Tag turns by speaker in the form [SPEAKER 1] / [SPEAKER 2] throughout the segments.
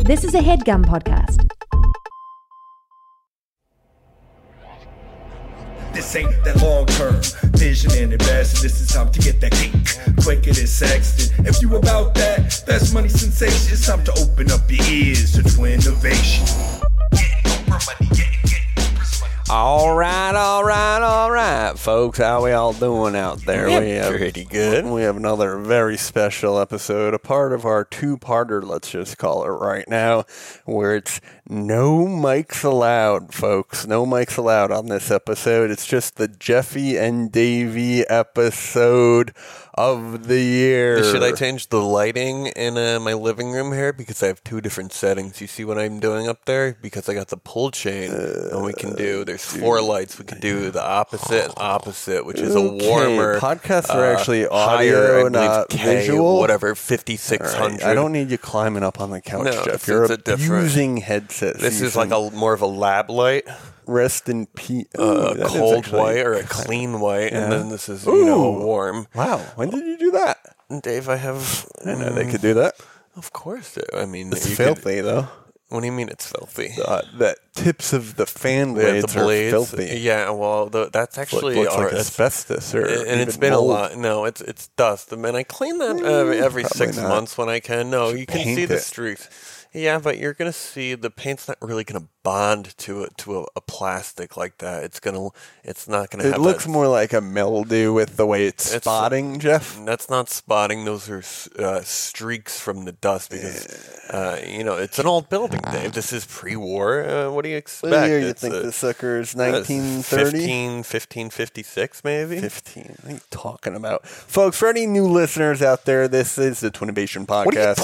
[SPEAKER 1] This is a headgum podcast.
[SPEAKER 2] This ain't that long term vision and investing. This is time to get that cake quicker than Sexton. If you about that, that's money sensation. It's time to open up your ears to twin innovation. Get Oprah money, get it, get Oprah's money.
[SPEAKER 3] All right, all right, all right, folks. How we all doing out there?
[SPEAKER 4] Yeah,
[SPEAKER 3] we have,
[SPEAKER 4] pretty good.
[SPEAKER 3] We have another very special episode, a part of our two-parter. Let's just call it right now, where it's no mics allowed, folks. No mics allowed on this episode. It's just the Jeffy and Davy episode of the year.
[SPEAKER 4] Should I change the lighting in uh, my living room here because I have two different settings? You see what I'm doing up there because I got the pull chain, and we
[SPEAKER 3] Uh,
[SPEAKER 4] can do. There's four lights. We can do the opposite, and opposite, which is
[SPEAKER 3] Okay,
[SPEAKER 4] a warmer. uh,
[SPEAKER 3] podcasts are actually
[SPEAKER 4] higher,
[SPEAKER 3] audio,
[SPEAKER 4] I believe,
[SPEAKER 3] not
[SPEAKER 4] K,
[SPEAKER 3] visual.
[SPEAKER 4] Whatever,
[SPEAKER 3] All
[SPEAKER 4] fifty-six
[SPEAKER 3] right,
[SPEAKER 4] hundred.
[SPEAKER 3] I don't need you climbing up on the couch,
[SPEAKER 4] No,
[SPEAKER 3] Jeff.
[SPEAKER 4] it's-
[SPEAKER 3] You're
[SPEAKER 4] it's a different-
[SPEAKER 3] using headsets.
[SPEAKER 4] This
[SPEAKER 3] You
[SPEAKER 4] is like
[SPEAKER 3] can
[SPEAKER 4] a more of a lab light,
[SPEAKER 3] rest in peace.
[SPEAKER 4] a cold white or a clean white, and then this is you know
[SPEAKER 3] Ooh.
[SPEAKER 4] warm.
[SPEAKER 3] Wow, when did you do that?
[SPEAKER 4] And Dave, I have.
[SPEAKER 3] I know they could do that.
[SPEAKER 4] Of course, Dave. I mean,
[SPEAKER 3] It's
[SPEAKER 4] you could-
[SPEAKER 3] filthy though.
[SPEAKER 4] what do you mean it's filthy?
[SPEAKER 3] Uh, the tips of the fan
[SPEAKER 4] Yeah,
[SPEAKER 3] blades, are filthy.
[SPEAKER 4] Yeah, well, the, that's
[SPEAKER 3] It
[SPEAKER 4] actually
[SPEAKER 3] looks
[SPEAKER 4] our-
[SPEAKER 3] like
[SPEAKER 4] it's-
[SPEAKER 3] asbestos, or
[SPEAKER 4] and it's
[SPEAKER 3] even
[SPEAKER 4] been
[SPEAKER 3] mold. Mm,
[SPEAKER 4] a lot. No, it's it's dust. And I clean that uh, every six
[SPEAKER 3] probably not.
[SPEAKER 4] months when I can. No, you can
[SPEAKER 3] paint
[SPEAKER 4] see the
[SPEAKER 3] it.
[SPEAKER 4] streaks. Yeah, but you're gonna see the paint's not really gonna bond to it to a, a plastic like that. It's gonna it's not gonna.
[SPEAKER 3] It
[SPEAKER 4] have
[SPEAKER 3] looks
[SPEAKER 4] that-
[SPEAKER 3] more like a mildew with the way it's,
[SPEAKER 4] It's-
[SPEAKER 3] spotting, Jeff.
[SPEAKER 4] That's not spotting. Those are s- uh, streaks from the dust because, uh, you know, it's an old building, Dave. This is pre-war. Uh, Ah. what do you expect?
[SPEAKER 3] What year you
[SPEAKER 4] It's
[SPEAKER 3] think
[SPEAKER 4] a-
[SPEAKER 3] the sucker is?
[SPEAKER 4] uh,
[SPEAKER 3] 1930.
[SPEAKER 4] 15, 1556 maybe?
[SPEAKER 3] 15. What are you talking about? Folks, for any new listeners out there, this is the Twinnovation Podcast.
[SPEAKER 4] What are you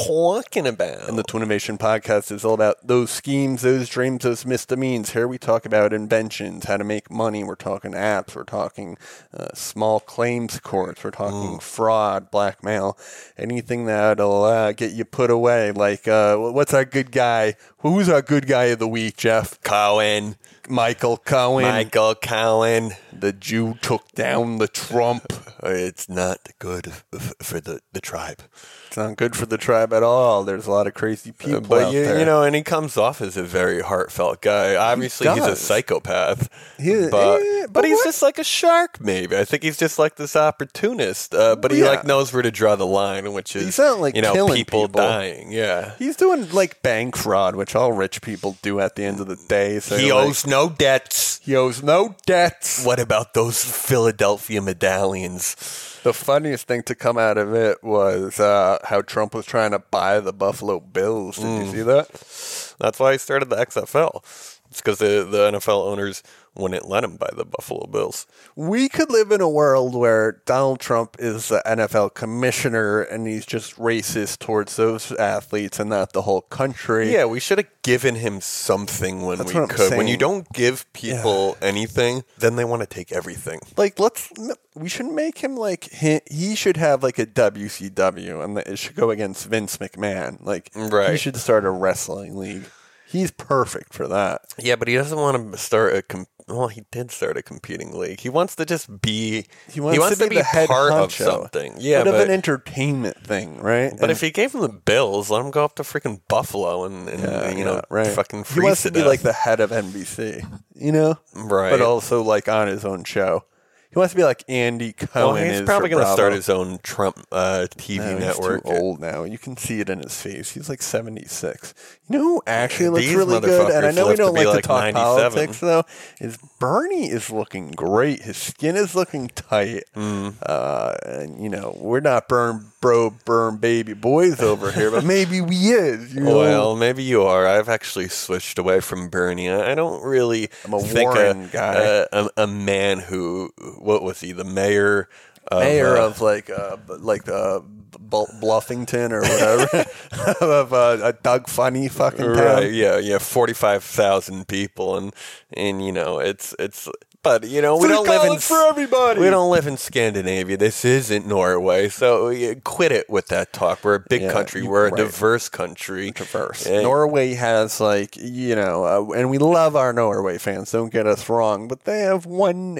[SPEAKER 4] talking about?
[SPEAKER 3] and the Twinnovation Podcast is all about those schemes, those dreams, those misdemeans. Here we talk about inventions, how to make money. We're talking apps. We're talking uh, small claims courts. We're
[SPEAKER 4] Mm.
[SPEAKER 3] talking fraud, blackmail, anything that'll uh, get you put away. Like, uh, what's our good guy? Who's our good guy of the week, Jeff?
[SPEAKER 4] Cohen.
[SPEAKER 3] Michael Cohen.
[SPEAKER 4] Michael Cohen.
[SPEAKER 3] The Jew took down the Trump.
[SPEAKER 4] uh, It's not good f- f- for the, the tribe.
[SPEAKER 3] It's not good for the tribe at all. There's a lot of crazy people
[SPEAKER 4] But
[SPEAKER 3] out
[SPEAKER 4] you,
[SPEAKER 3] there.
[SPEAKER 4] you know, and he comes off as a very heartfelt guy. Obviously, he's a
[SPEAKER 3] does.
[SPEAKER 4] psychopath.
[SPEAKER 3] He-
[SPEAKER 4] but
[SPEAKER 3] eh,
[SPEAKER 4] but,
[SPEAKER 3] but
[SPEAKER 4] he's
[SPEAKER 3] what-
[SPEAKER 4] just like a shark, maybe. I think he's just like this opportunist. Uh, but he
[SPEAKER 3] Yeah.
[SPEAKER 4] like knows where to draw the line, which is
[SPEAKER 3] not, like,
[SPEAKER 4] you know
[SPEAKER 3] killing
[SPEAKER 4] people,
[SPEAKER 3] people.
[SPEAKER 4] dying. Yeah,
[SPEAKER 3] he's doing like bank fraud, which all rich people do at the end of the day. So
[SPEAKER 4] he
[SPEAKER 3] like,
[SPEAKER 4] owes no debts.
[SPEAKER 3] he owes no debts.
[SPEAKER 4] What about those Philadelphia medallions?
[SPEAKER 3] The funniest thing to come out of it was uh, how Trump was trying to buy the Buffalo Bills. Did
[SPEAKER 4] Mm.
[SPEAKER 3] you see that?
[SPEAKER 4] That's why he started the XFL. It's because the, the NFL owners wouldn't let him buy the Buffalo Bills.
[SPEAKER 3] We could live in a world where Donald Trump is the NFL commissioner and he's just racist towards those athletes and not the whole country.
[SPEAKER 4] Yeah, we should have given him something when
[SPEAKER 3] That's
[SPEAKER 4] we
[SPEAKER 3] what I'm
[SPEAKER 4] could. When you
[SPEAKER 3] saying.
[SPEAKER 4] don't give people anything, then they want to take everything.
[SPEAKER 3] like let's we should make him like he, he should have like a WCW and it should go against Vince McMahon. Like he
[SPEAKER 4] Right.
[SPEAKER 3] should start a wrestling league. He's perfect for that.
[SPEAKER 4] Yeah, but he doesn't want to start a. Com- well, he did start a competing league. He wants to just be.
[SPEAKER 3] He wants, to, be, the head
[SPEAKER 4] part
[SPEAKER 3] honcho,
[SPEAKER 4] of something. Yeah,
[SPEAKER 3] but,
[SPEAKER 4] but,
[SPEAKER 3] of an entertainment thing, right?
[SPEAKER 4] but if you gave him the Bills, let him go up to freaking Buffalo and, and you know fucking
[SPEAKER 3] uh, he
[SPEAKER 4] freeze
[SPEAKER 3] wants to
[SPEAKER 4] to
[SPEAKER 3] be
[SPEAKER 4] death.
[SPEAKER 3] like the head of NBC, you know,
[SPEAKER 4] Right.
[SPEAKER 3] But also like on his own show. He wants to be like Andy Cohen.
[SPEAKER 4] Well, he's
[SPEAKER 3] is
[SPEAKER 4] probably
[SPEAKER 3] going to
[SPEAKER 4] start his own Trump uh, TV
[SPEAKER 3] No,
[SPEAKER 4] network.
[SPEAKER 3] Oh, He's too old now. You can see it in his face. He's like 76. You know who actually looks
[SPEAKER 4] These
[SPEAKER 3] really good? And I
[SPEAKER 4] motherfuckers
[SPEAKER 3] know we
[SPEAKER 4] live to
[SPEAKER 3] don't
[SPEAKER 4] be
[SPEAKER 3] like,
[SPEAKER 4] like
[SPEAKER 3] to talk
[SPEAKER 4] 97.
[SPEAKER 3] politics, though, is Bernie is looking great. His skin is looking tight.
[SPEAKER 4] Hmm.
[SPEAKER 3] Uh, and, you know, we're not burn bro, burn baby boys over here, but maybe we is. You know?
[SPEAKER 4] Well, maybe you are. I've actually switched away from Bernie. I I don't really
[SPEAKER 3] I'm a
[SPEAKER 4] think
[SPEAKER 3] Warren guy.
[SPEAKER 4] A, a, a man who what was he? The mayor. Of,
[SPEAKER 3] mayor
[SPEAKER 4] uh,
[SPEAKER 3] of like uh, b- like uh, Bl- Bluffington or whatever of uh, a Doug Funny fucking town.
[SPEAKER 4] Right, yeah, yeah, forty five thousand people, and and you know, it's it's. everybody. You know, we
[SPEAKER 3] Free
[SPEAKER 4] don't live in
[SPEAKER 3] college for everybody.
[SPEAKER 4] We don't live in Scandinavia. This isn't Norway. So yeah, quit it with that talk. We're a big
[SPEAKER 3] Yeah,
[SPEAKER 4] country.
[SPEAKER 3] you-
[SPEAKER 4] We're a
[SPEAKER 3] right.
[SPEAKER 4] diverse country.
[SPEAKER 3] diverse.
[SPEAKER 4] Yeah.
[SPEAKER 3] Norway has like you know, uh, and we love our Norway fans. Don't get us wrong, but they have one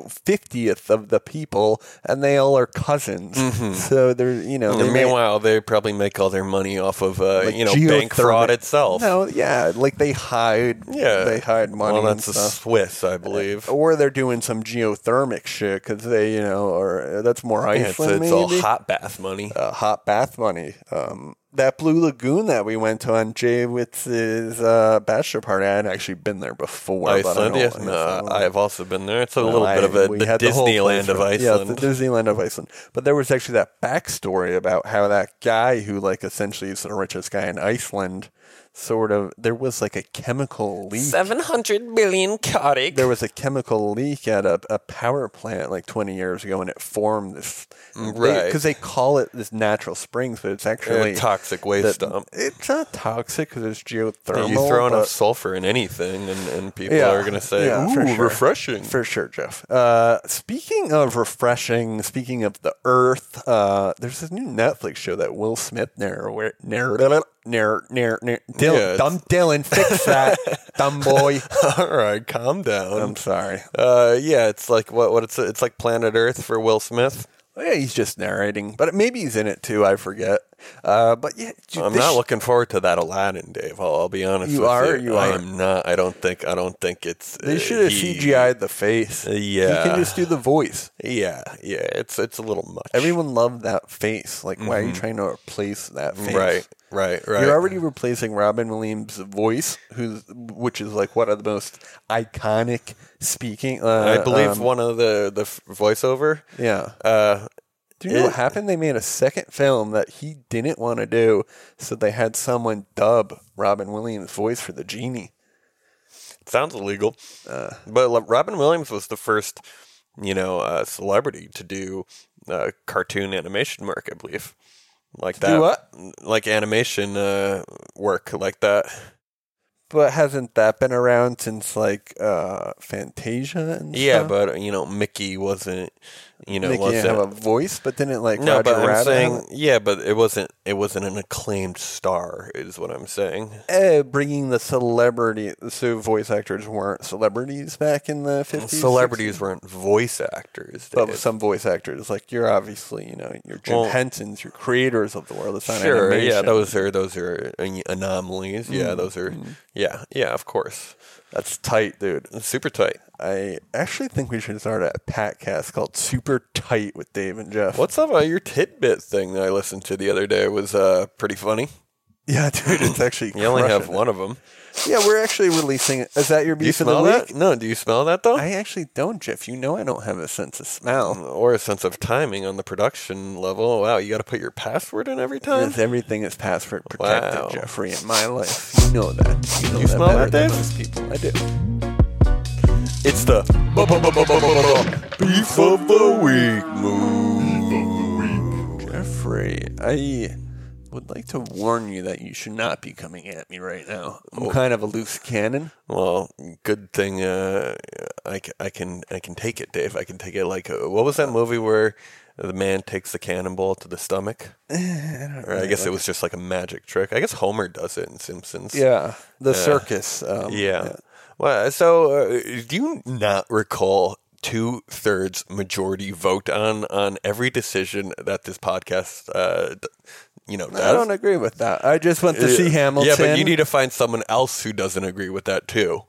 [SPEAKER 3] fiftieth of the people, and they all are cousins. So they're you know, they
[SPEAKER 4] And
[SPEAKER 3] may-
[SPEAKER 4] Mm-hmm. meanwhile, they probably make all their money off of uh,
[SPEAKER 3] like
[SPEAKER 4] you know bank
[SPEAKER 3] geothermal-
[SPEAKER 4] fraud itself.
[SPEAKER 3] No, yeah, like they hide.
[SPEAKER 4] Yeah,
[SPEAKER 3] they hide money.
[SPEAKER 4] Well,
[SPEAKER 3] and
[SPEAKER 4] that's the
[SPEAKER 3] stuff.
[SPEAKER 4] Swiss, I believe.
[SPEAKER 3] or they're doing some geothermic shit because they, you know, or uh, that's more
[SPEAKER 4] Yeah, it's,
[SPEAKER 3] Iceland.
[SPEAKER 4] it's all
[SPEAKER 3] maybe?
[SPEAKER 4] hot bath money.
[SPEAKER 3] uh, hot bath money. Um, that Blue Lagoon that we went to on Jay Witz's uh, bachelor party, I had actually been there before. but I
[SPEAKER 4] Iceland,
[SPEAKER 3] don't-
[SPEAKER 4] yes. uh, No, I've also been there. It's a little
[SPEAKER 3] I-
[SPEAKER 4] bit of a
[SPEAKER 3] we
[SPEAKER 4] the
[SPEAKER 3] had the whole
[SPEAKER 4] Disneyland
[SPEAKER 3] place
[SPEAKER 4] of
[SPEAKER 3] for-
[SPEAKER 4] Iceland.
[SPEAKER 3] Yeah, the Disneyland of Iceland. But there was actually that backstory about how that guy who, like, essentially is the richest guy in Iceland, sort of, there was like a chemical leak.
[SPEAKER 4] 700 million Kotick.
[SPEAKER 3] There was a chemical leak at a, a power plant like 20 years ago, and it formed this.
[SPEAKER 4] Mm, right.
[SPEAKER 3] Because they, call it this natural springs, but it's actually
[SPEAKER 4] toxic waste
[SPEAKER 3] that-
[SPEAKER 4] dump.
[SPEAKER 3] It's not toxic because it's geothermal.
[SPEAKER 4] You throw
[SPEAKER 3] but-
[SPEAKER 4] enough sulfur in anything, and, and people
[SPEAKER 3] Yeah,
[SPEAKER 4] are going to say,
[SPEAKER 3] yeah, for
[SPEAKER 4] ooh,
[SPEAKER 3] sure.
[SPEAKER 4] refreshing.
[SPEAKER 3] for sure, Jeff. Uh, speaking of refreshing, speaking of the Earth, uh, there's this new Netflix show that Will Smith narr narr narr narr narr Dil-
[SPEAKER 4] Yeah, it's-
[SPEAKER 3] dumb Dylan fix that dumb boy.
[SPEAKER 4] All right, calm down.
[SPEAKER 3] I'm sorry.
[SPEAKER 4] Uh, yeah, it's like what what it's it's like Planet Earth for Will Smith.
[SPEAKER 3] Yeah, he's just narrating, but maybe he's in it too. I forget. Uh, but yeah, dude,
[SPEAKER 4] I'm
[SPEAKER 3] this
[SPEAKER 4] not
[SPEAKER 3] sh-
[SPEAKER 4] looking forward to that Aladdin, Dave. I'll, I'll be honest.
[SPEAKER 3] You
[SPEAKER 4] with
[SPEAKER 3] are,
[SPEAKER 4] You.
[SPEAKER 3] you
[SPEAKER 4] I
[SPEAKER 3] are.
[SPEAKER 4] am not. I don't think. I don't think it's. uh,
[SPEAKER 3] They should have CGI'd the face.
[SPEAKER 4] yeah.
[SPEAKER 3] he can just do the voice.
[SPEAKER 4] Yeah, yeah. It's it's a little much.
[SPEAKER 3] Everyone loved that face. Like, why are you trying to replace that face?
[SPEAKER 4] Mm-hmm. right, right, right.
[SPEAKER 3] You're already replacing Robin Williams' voice, who's which is like one of the most iconic speaking. Uh,
[SPEAKER 4] I believe
[SPEAKER 3] um,
[SPEAKER 4] one of the the f- voiceover.
[SPEAKER 3] Yeah.
[SPEAKER 4] Uh,
[SPEAKER 3] Do you know what
[SPEAKER 4] it-
[SPEAKER 3] happened? They made a second film that he didn't want to do, so they had someone dub Robin Williams' voice for the genie.
[SPEAKER 4] sounds illegal.
[SPEAKER 3] Uh.
[SPEAKER 4] but like, Robin Williams was the first, you know, uh, celebrity to do uh, cartoon animation work, I believe. Like that.
[SPEAKER 3] what?
[SPEAKER 4] Like animation uh, work, like that.
[SPEAKER 3] But hasn't that been around since like uh Fantasia and
[SPEAKER 4] Yeah,
[SPEAKER 3] stuff?
[SPEAKER 4] but you know, Mickey wasn't. You know,
[SPEAKER 3] Mickey
[SPEAKER 4] wasn't
[SPEAKER 3] didn't have a voice, but didn't like
[SPEAKER 4] No,
[SPEAKER 3] Roger
[SPEAKER 4] but I'm
[SPEAKER 3] Rabbit have
[SPEAKER 4] saying, yeah, but it wasn't. It wasn't an acclaimed star, is what I'm saying.
[SPEAKER 3] it? Eh, bringing the celebrity. So voice actors weren't celebrities back in the fifties.
[SPEAKER 4] Celebrities weren't voice actors.
[SPEAKER 3] but
[SPEAKER 4] Dave.
[SPEAKER 3] some voice actors, like you're obviously, you know, you're Jim
[SPEAKER 4] Well-
[SPEAKER 3] Henson's, you're creators of the world. It's not
[SPEAKER 4] sure, yeah,
[SPEAKER 3] animation. Mm.
[SPEAKER 4] those are those are an- anomalies. Yeah, those are. Yeah, yeah, of course.
[SPEAKER 3] that's tight, dude.
[SPEAKER 4] It's super tight.
[SPEAKER 3] I actually think we should start a podcast called "Super Tight" with Dave and Jeff.
[SPEAKER 4] What's up? Uh, your tidbit thing that I listened to the other day was uh, pretty funny.
[SPEAKER 3] Yeah, dude, it's actually.
[SPEAKER 4] You only have
[SPEAKER 3] crushing it.
[SPEAKER 4] one of them.
[SPEAKER 3] Yeah, we're actually releasing it. Is that your
[SPEAKER 4] Do you
[SPEAKER 3] beef of the
[SPEAKER 4] smell
[SPEAKER 3] week?
[SPEAKER 4] that? No. Do you smell that though?
[SPEAKER 3] I actually don't, Jeff. You know I don't have a sense of smell.
[SPEAKER 4] or a sense of timing on the production level. Wow, you got to put your password in every time.
[SPEAKER 3] Because everything is password protected,
[SPEAKER 4] Wow.
[SPEAKER 3] Jeffrey, in my life. You know that. You, know
[SPEAKER 4] You smell
[SPEAKER 3] better
[SPEAKER 4] that,
[SPEAKER 3] than
[SPEAKER 4] Dave?
[SPEAKER 3] most people. I do.
[SPEAKER 4] It's the bu- bu- bu- bu- bu- bu- bu- bu- beef of the week move.
[SPEAKER 3] Jeffrey, I would like to warn you that you should not be coming at me right now. I'm kind of a loose cannon.
[SPEAKER 4] Well, good thing uh, I, c- I can I can take it, Dave. I can take it. Like uh, what was that movie where the man takes the cannonball to the stomach? Or I guess it was just like a magic trick. I guess Homer does it in Simpsons.
[SPEAKER 3] Yeah. The circus. Um,
[SPEAKER 4] Yeah. Well, so uh, do you not recall two thirds majority vote on on every decision that this podcast, uh, d- you know, does?
[SPEAKER 3] I don't agree with that. I just went to see Hamilton.
[SPEAKER 4] Uh, Yeah, but you need to find someone else who doesn't agree with that too.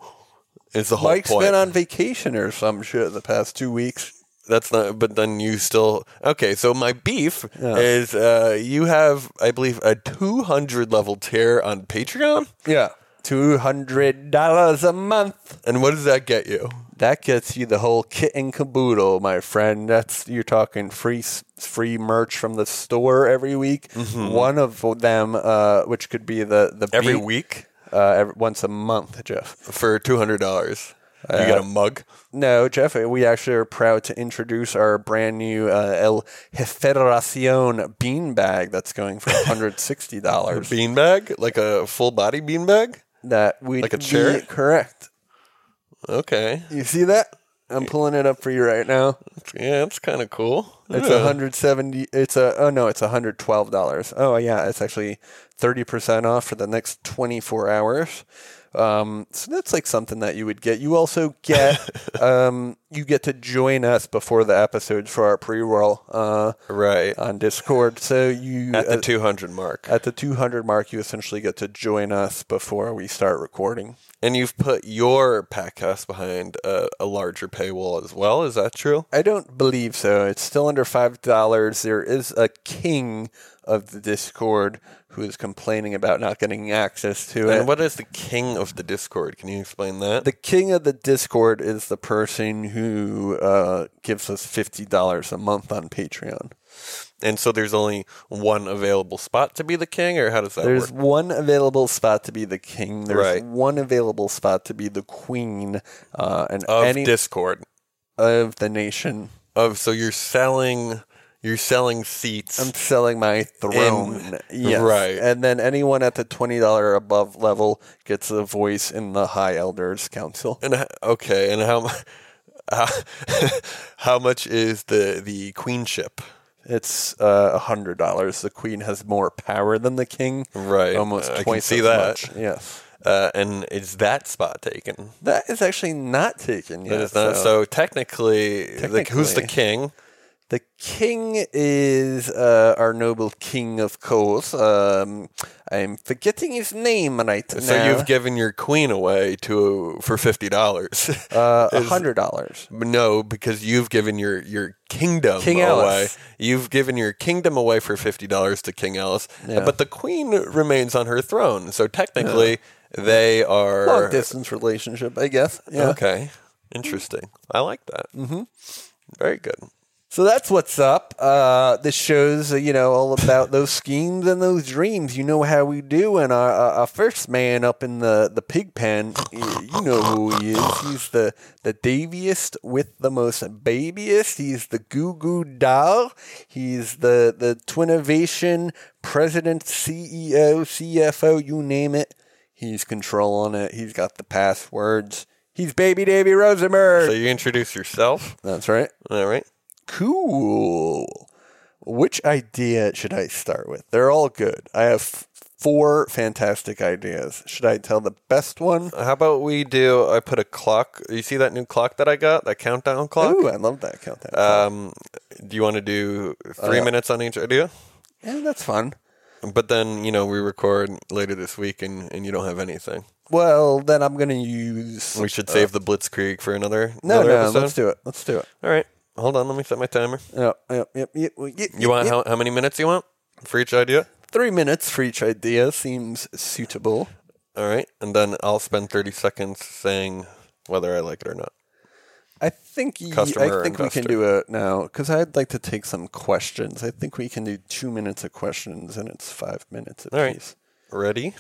[SPEAKER 4] Is the whole
[SPEAKER 3] Mike's
[SPEAKER 4] point?
[SPEAKER 3] been on vacation or some shit the past two weeks.
[SPEAKER 4] That's not. But then you still okay. So my beef is uh, you have, I believe, a two hundred level tier on Patreon,
[SPEAKER 3] Yeah. $200 a month.
[SPEAKER 4] and what does that get you?
[SPEAKER 3] That gets you the whole kit and caboodle, my friend. That's you're talking free s- free merch from the store every week. One of them, uh, which could be the the
[SPEAKER 4] Mm-hmm. Every
[SPEAKER 3] beat,
[SPEAKER 4] week
[SPEAKER 3] uh, every, once a month, Jeff.
[SPEAKER 4] for two hundred dollars, you
[SPEAKER 3] Uh,
[SPEAKER 4] get a mug.
[SPEAKER 3] No, Jeff, we actually are proud to introduce our brand new uh, El Jeferacion bean bag that's going for $160.
[SPEAKER 4] beanbag, like a full body beanbag.
[SPEAKER 3] that we
[SPEAKER 4] Like a chair?
[SPEAKER 3] correct.
[SPEAKER 4] Okay,
[SPEAKER 3] You see that? I'm pulling it up for you right now.
[SPEAKER 4] Yeah, it's kind of cool.
[SPEAKER 3] It's
[SPEAKER 4] yeah.
[SPEAKER 3] 170. It's a oh no, it's 112 dollars. Oh yeah, it's actually 30 percent off for the next 24 hours. Um, so that's like something that you would get. You also get um, you get to join us before the episodes for our pre-roll uh,
[SPEAKER 4] right
[SPEAKER 3] on Discord. So you
[SPEAKER 4] at the
[SPEAKER 3] uh,
[SPEAKER 4] 200 mark.
[SPEAKER 3] at the 200 mark, you essentially get to join us before we start recording.
[SPEAKER 4] And you've put your podcast behind a, a larger paywall as well. Is that true?
[SPEAKER 3] I don't believe so. It's still under five dollars. There is a king of the Discord who is complaining about not getting access to it.
[SPEAKER 4] And what is the king of the Discord? Can you explain that?
[SPEAKER 3] the king of the Discord is the person who uh, gives us fifty dollars a month on Patreon.
[SPEAKER 4] and so there's only one available spot to be the king, or how does that
[SPEAKER 3] There's
[SPEAKER 4] work?
[SPEAKER 3] one available spot to be the king. There's
[SPEAKER 4] Right.
[SPEAKER 3] one available spot to be the queen, uh, and
[SPEAKER 4] Of
[SPEAKER 3] any
[SPEAKER 4] Discord.
[SPEAKER 3] of the nation.
[SPEAKER 4] Of so you're selling you're selling seats.
[SPEAKER 3] I'm selling my throne. yes.
[SPEAKER 4] Right.
[SPEAKER 3] And then anyone at the $20 above level gets a voice in the High Elders Council.
[SPEAKER 4] and h- okay, and how mu- how, how much is the the queenship?
[SPEAKER 3] It's uh, $100. The queen has more power than the king.
[SPEAKER 4] Right.
[SPEAKER 3] Almost
[SPEAKER 4] I can
[SPEAKER 3] twice
[SPEAKER 4] see
[SPEAKER 3] as
[SPEAKER 4] that.
[SPEAKER 3] much. Yes.
[SPEAKER 4] Uh, and is that spot taken?
[SPEAKER 3] That is actually not taken yet.
[SPEAKER 4] That is not, so, technically, like, who's the
[SPEAKER 3] Technically.
[SPEAKER 4] king?
[SPEAKER 3] The king is uh, our noble king, of course. Um, I'm forgetting his name right now.
[SPEAKER 4] So you've given your queen away to for fifty dollars. Uh,
[SPEAKER 3] uh, $100.
[SPEAKER 4] no, because you've given your your kingdom
[SPEAKER 3] King
[SPEAKER 4] away.
[SPEAKER 3] Alice.
[SPEAKER 4] You've given your kingdom away for fifty dollars to King Alice,
[SPEAKER 3] Yeah.
[SPEAKER 4] but the queen remains on her throne. So technically, they are
[SPEAKER 3] Long distance relationship, I guess. Yeah.
[SPEAKER 4] Okay, interesting. I like that. Mm-hmm. Very good.
[SPEAKER 3] So that's what's up. Uh, this shows, uh, you know, all about those schemes and those dreams. You know how we do. And our, our, our first man up in the, the pig pen, y- you know who he is. He's the, the daviest with the most babiest. He's the goo goo doll. He's the, the Twinovation president, E CEO, CFO, you name it. He's controlling it. He's got the passwords. He's baby Davy Rosenberg.
[SPEAKER 4] So you introduce yourself.
[SPEAKER 3] that's right.
[SPEAKER 4] All right.
[SPEAKER 3] Cool. Which idea should I start with? They're all good. I have f- four fantastic ideas. Should I tell the best one?
[SPEAKER 4] How about we do? I put a clock. You see that new clock that I got? That countdown clock.
[SPEAKER 3] Ooh, I love that countdown.
[SPEAKER 4] Um, do you want to do three
[SPEAKER 3] Uh,
[SPEAKER 4] minutes on each idea?
[SPEAKER 3] yeah, that's fun.
[SPEAKER 4] But then you know we record later this week, and, and you don't have anything.
[SPEAKER 3] Well, then I'm going to use.
[SPEAKER 4] We should save the Blitzkrieg for another.
[SPEAKER 3] Uh, no,
[SPEAKER 4] another
[SPEAKER 3] no,
[SPEAKER 4] episode.
[SPEAKER 3] let's do it. Let's do it.
[SPEAKER 4] All right, hold on. Let me set my timer.
[SPEAKER 3] Yep, yep, yep, yep, yep,
[SPEAKER 4] You want
[SPEAKER 3] yep.
[SPEAKER 4] how, how many minutes you want for each idea?
[SPEAKER 3] three minutes for each idea seems suitable.
[SPEAKER 4] All right, and then I'll spend thirty seconds saying whether I like it or not.
[SPEAKER 3] I think ye-
[SPEAKER 4] Customer
[SPEAKER 3] I
[SPEAKER 4] or
[SPEAKER 3] think we can
[SPEAKER 4] investor?
[SPEAKER 3] do it now because I'd like to take some questions. I think we can do two minutes of questions and it's five minutes
[SPEAKER 4] All right.
[SPEAKER 3] apiece.
[SPEAKER 4] Ready,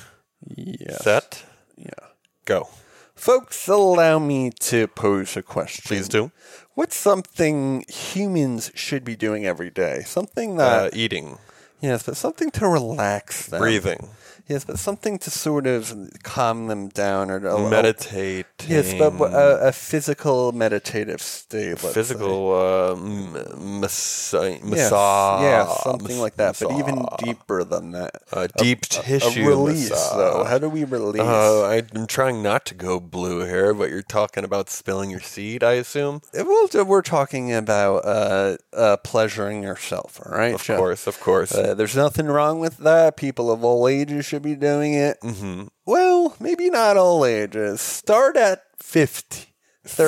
[SPEAKER 3] Yeah.
[SPEAKER 4] set,
[SPEAKER 3] Yeah.
[SPEAKER 4] go.
[SPEAKER 3] Folks, allow me to pose a question.
[SPEAKER 4] Please do.
[SPEAKER 3] What's something humans should be doing every day? Something
[SPEAKER 4] Uh,
[SPEAKER 3] that,
[SPEAKER 4] eating,
[SPEAKER 3] yes, but something to relax them.
[SPEAKER 4] breathing,
[SPEAKER 3] Yes, but something to sort of calm them down or to
[SPEAKER 4] meditate.
[SPEAKER 3] Oh, Yes, but uh, a, a physical meditative state. let's say.
[SPEAKER 4] physical uh, m- massage,
[SPEAKER 3] Yes,
[SPEAKER 4] massage,
[SPEAKER 3] yeah, something like that, but even
[SPEAKER 4] massage.
[SPEAKER 3] deeper than that.
[SPEAKER 4] Uh, deep tissue
[SPEAKER 3] a release,
[SPEAKER 4] massage.
[SPEAKER 3] though. How do we release?
[SPEAKER 4] Uh, I'm trying not to go blue here, but you're talking about spilling your seed, I assume.
[SPEAKER 3] well, we're talking about uh, uh, pleasuring yourself, all right?
[SPEAKER 4] Of course, of course.
[SPEAKER 3] Uh, there's nothing wrong with that. People of all ages should be doing it. Mm-hmm. Well, maybe not all ages. Start at 50,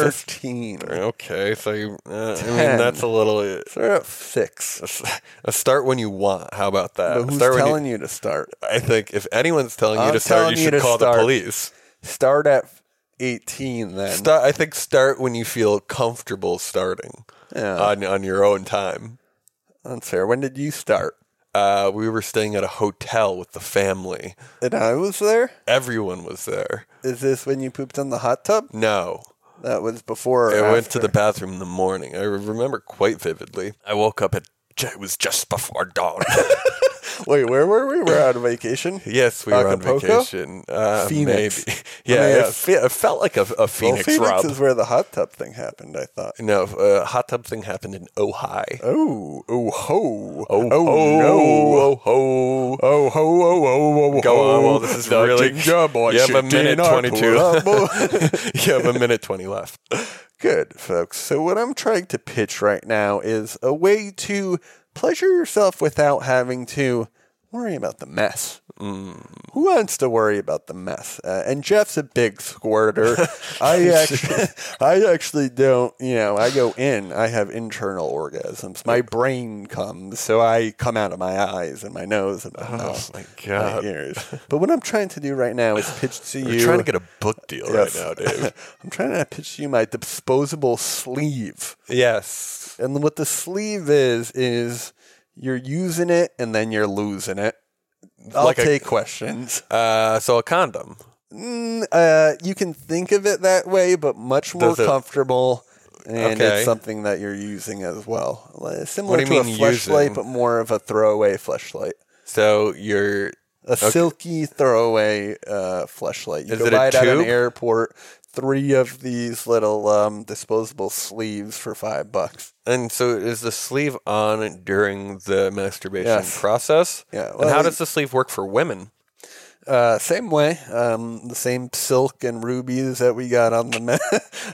[SPEAKER 3] 13.
[SPEAKER 4] okay, so you, uh, I
[SPEAKER 3] Ten.
[SPEAKER 4] mean that's a little.
[SPEAKER 3] Start at 6.
[SPEAKER 4] A start when you want. How about that?
[SPEAKER 3] But who's
[SPEAKER 4] Uh, start when
[SPEAKER 3] telling you to start?
[SPEAKER 4] I think if anyone's telling you
[SPEAKER 3] I'm
[SPEAKER 4] to start,
[SPEAKER 3] telling
[SPEAKER 4] you
[SPEAKER 3] you
[SPEAKER 4] should
[SPEAKER 3] to
[SPEAKER 4] call
[SPEAKER 3] start.
[SPEAKER 4] the police.
[SPEAKER 3] Start at 18 then.
[SPEAKER 4] Start, I think start when you feel comfortable starting
[SPEAKER 3] Yeah.
[SPEAKER 4] on on your own time.
[SPEAKER 3] That's fair. When did you start?
[SPEAKER 4] Uh, we were staying at a hotel with the family.
[SPEAKER 3] And I was there?
[SPEAKER 4] Everyone was there.
[SPEAKER 3] Is this when you pooped in the hot tub?
[SPEAKER 4] No,
[SPEAKER 3] That was before.
[SPEAKER 4] I
[SPEAKER 3] or
[SPEAKER 4] went to
[SPEAKER 3] after?
[SPEAKER 4] the bathroom in the morning. I remember quite vividly. I woke up at it was just before dawn.
[SPEAKER 3] Wait, where were we? We're out of vacation.
[SPEAKER 4] Yes, we were on
[SPEAKER 3] Acapulco?
[SPEAKER 4] vacation. Uh,
[SPEAKER 3] Phoenix.
[SPEAKER 4] Maybe.
[SPEAKER 3] I
[SPEAKER 4] Yeah,
[SPEAKER 3] mean,
[SPEAKER 4] it,
[SPEAKER 3] it's-
[SPEAKER 4] fe- it felt like a, a
[SPEAKER 3] Well,
[SPEAKER 4] Phoenix,
[SPEAKER 3] Phoenix
[SPEAKER 4] Rob.
[SPEAKER 3] is where the hot tub thing happened. I thought.
[SPEAKER 4] no, uh, hot tub thing happened in Ojai.
[SPEAKER 3] Oh, oh ho,
[SPEAKER 4] Oh,
[SPEAKER 3] oh no,
[SPEAKER 4] oh, ho.
[SPEAKER 3] oh ho, oh oh oh.
[SPEAKER 4] Go on.
[SPEAKER 3] ho.
[SPEAKER 4] Well, this is
[SPEAKER 3] The
[SPEAKER 4] really.
[SPEAKER 3] ginger boy
[SPEAKER 4] you have a minute
[SPEAKER 3] shitting up.
[SPEAKER 4] 22. you have a minute 20 left.
[SPEAKER 3] Good, folks. So, what I'm trying to pitch right now is a way to pleasure yourself without having to worry about the mess.
[SPEAKER 4] Mm.
[SPEAKER 3] Who wants to worry about the mess? Uh, and Jeff's a big squirter. I actually, I actually don't. You know, I go in. I have internal orgasms. My brain comes, so I come out of my eyes and my nose and my mouth,
[SPEAKER 4] Oh my
[SPEAKER 3] my ears. But what I'm trying to do right now is pitch to you.
[SPEAKER 4] You're trying to get a book deal
[SPEAKER 3] Yes.
[SPEAKER 4] right now, Dave.
[SPEAKER 3] I'm trying to pitch you my disposable sleeve.
[SPEAKER 4] yes.
[SPEAKER 3] And what the sleeve is, is you're using it and then you're losing it. I'll
[SPEAKER 4] Like a-
[SPEAKER 3] take questions.
[SPEAKER 4] Uh, so a condom.
[SPEAKER 3] Mm, uh, you can think of it that way, but much more
[SPEAKER 4] Does it-
[SPEAKER 3] comfortable. And
[SPEAKER 4] Okay.
[SPEAKER 3] it's something that you're using as well. Like, Similar
[SPEAKER 4] do
[SPEAKER 3] to
[SPEAKER 4] you
[SPEAKER 3] a
[SPEAKER 4] mean
[SPEAKER 3] fleshlight,
[SPEAKER 4] using?
[SPEAKER 3] but more of a throwaway fleshlight.
[SPEAKER 4] So you're.
[SPEAKER 3] A silky throwaway uh, fleshlight. You
[SPEAKER 4] Is
[SPEAKER 3] go
[SPEAKER 4] it a
[SPEAKER 3] buy it at an
[SPEAKER 4] tube?
[SPEAKER 3] airport. Three of these little um, disposable sleeves for five bucks.
[SPEAKER 4] And so is the sleeve on during the masturbation
[SPEAKER 3] Yes.
[SPEAKER 4] process?
[SPEAKER 3] Yeah,
[SPEAKER 4] and
[SPEAKER 3] well,
[SPEAKER 4] how
[SPEAKER 3] it-
[SPEAKER 4] does the sleeve work for women?
[SPEAKER 3] Uh, same way, um, the same silk and rubies that we got on the men.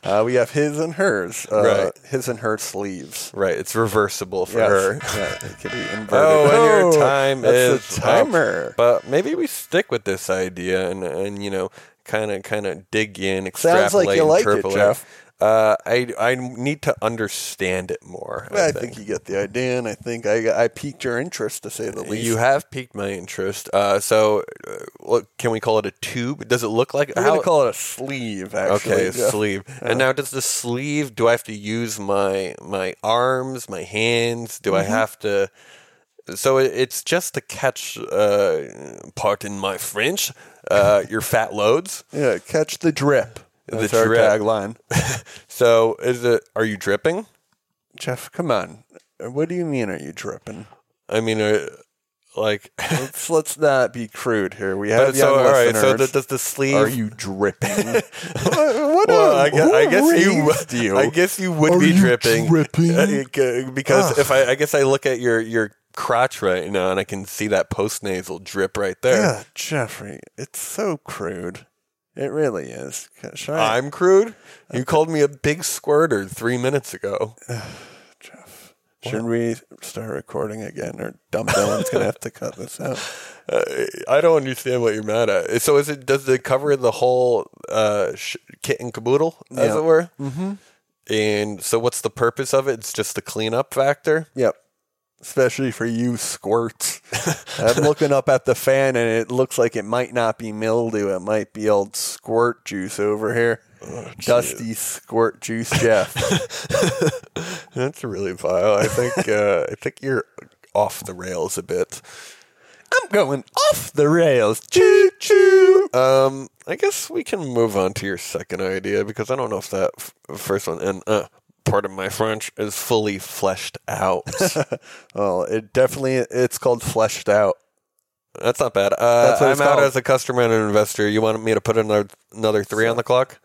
[SPEAKER 3] uh, we have his and hers. Uh,
[SPEAKER 4] Right.
[SPEAKER 3] His and her sleeves.
[SPEAKER 4] Right, it's reversible for
[SPEAKER 3] Yes.
[SPEAKER 4] her.
[SPEAKER 3] Yeah, it could be inverted.
[SPEAKER 4] Oh, and your time
[SPEAKER 3] that's
[SPEAKER 4] is
[SPEAKER 3] the
[SPEAKER 4] up.
[SPEAKER 3] timer.
[SPEAKER 4] But maybe we stick with this idea and and you know kind of kind of dig in, extrapolate,
[SPEAKER 3] Sounds like you like it,
[SPEAKER 4] interpolate.
[SPEAKER 3] Jeff.
[SPEAKER 4] Uh, I I need to understand it more. I,
[SPEAKER 3] I think you get the idea, and I think I I piqued your interest to say the least.
[SPEAKER 4] you have piqued my interest. Uh, so, uh, what, can we call it a tube? Does it look like?
[SPEAKER 3] I'm
[SPEAKER 4] how-
[SPEAKER 3] gonna call it a sleeve. Actually,
[SPEAKER 4] okay,
[SPEAKER 3] Jeff.
[SPEAKER 4] sleeve. And now, does the sleeve? Do I have to use my my arms, my hands? Do
[SPEAKER 3] Mm-hmm.
[SPEAKER 4] I have to? So it, it's just to catch, uh, pardon my French, uh, your fat loads.
[SPEAKER 3] Yeah, catch the drip.
[SPEAKER 4] The
[SPEAKER 3] That's our
[SPEAKER 4] drip.
[SPEAKER 3] tagline.
[SPEAKER 4] So is it? Are you dripping?
[SPEAKER 3] Jeff, come on. What do you mean? Are you dripping?
[SPEAKER 4] I mean, uh, like.
[SPEAKER 3] Let's let's not be crude here. We have
[SPEAKER 4] But so
[SPEAKER 3] young
[SPEAKER 4] all right.
[SPEAKER 3] listeners.
[SPEAKER 4] So th- does the sleeve?
[SPEAKER 3] are you dripping? what
[SPEAKER 4] Well, I,
[SPEAKER 3] a-
[SPEAKER 4] gu-
[SPEAKER 3] who
[SPEAKER 4] I guess you,
[SPEAKER 3] raised you.
[SPEAKER 4] I guess you would
[SPEAKER 3] Are
[SPEAKER 4] be
[SPEAKER 3] you
[SPEAKER 4] dripping,
[SPEAKER 3] dripping?
[SPEAKER 4] Uh, c- because
[SPEAKER 3] Ugh.
[SPEAKER 4] if I, I guess I look at your your crotch right now and I can see that post nasal drip right there.
[SPEAKER 3] yeah, Jeffrey, it's so crude. It really is. Should I-
[SPEAKER 4] I'm crude.
[SPEAKER 3] Uh,
[SPEAKER 4] You called me a big squirter three minutes ago.
[SPEAKER 3] should we start recording again, or dumb Dylan's gonna have to cut this out?
[SPEAKER 4] Uh, I don't understand what you're mad at. So is it does it cover the whole uh, sh- kit and caboodle, as
[SPEAKER 3] Yeah.
[SPEAKER 4] it were? Mm-hmm. And so, what's the purpose of it? It's just the cleanup factor.
[SPEAKER 3] Yep. Especially for you squirts. I'm looking up at the fan and it looks like it might not be mildew. It might be old squirt juice over here.
[SPEAKER 4] Oh,
[SPEAKER 3] Dusty squirt juice, Jeff.
[SPEAKER 4] That's really vile. I think uh, I think you're off the rails a bit.
[SPEAKER 3] I'm going off the rails. Choo choo.
[SPEAKER 4] Um, I guess we can move on to your second idea because I don't know if that f- first one and uh, part of my French is fully fleshed out.
[SPEAKER 3] Oh, it definitely it's called fleshed out.
[SPEAKER 4] That's not bad. Uh,
[SPEAKER 3] That's what
[SPEAKER 4] I'm
[SPEAKER 3] it's
[SPEAKER 4] out
[SPEAKER 3] called.
[SPEAKER 4] as a customer and an investor. You want me to put another another three on the clock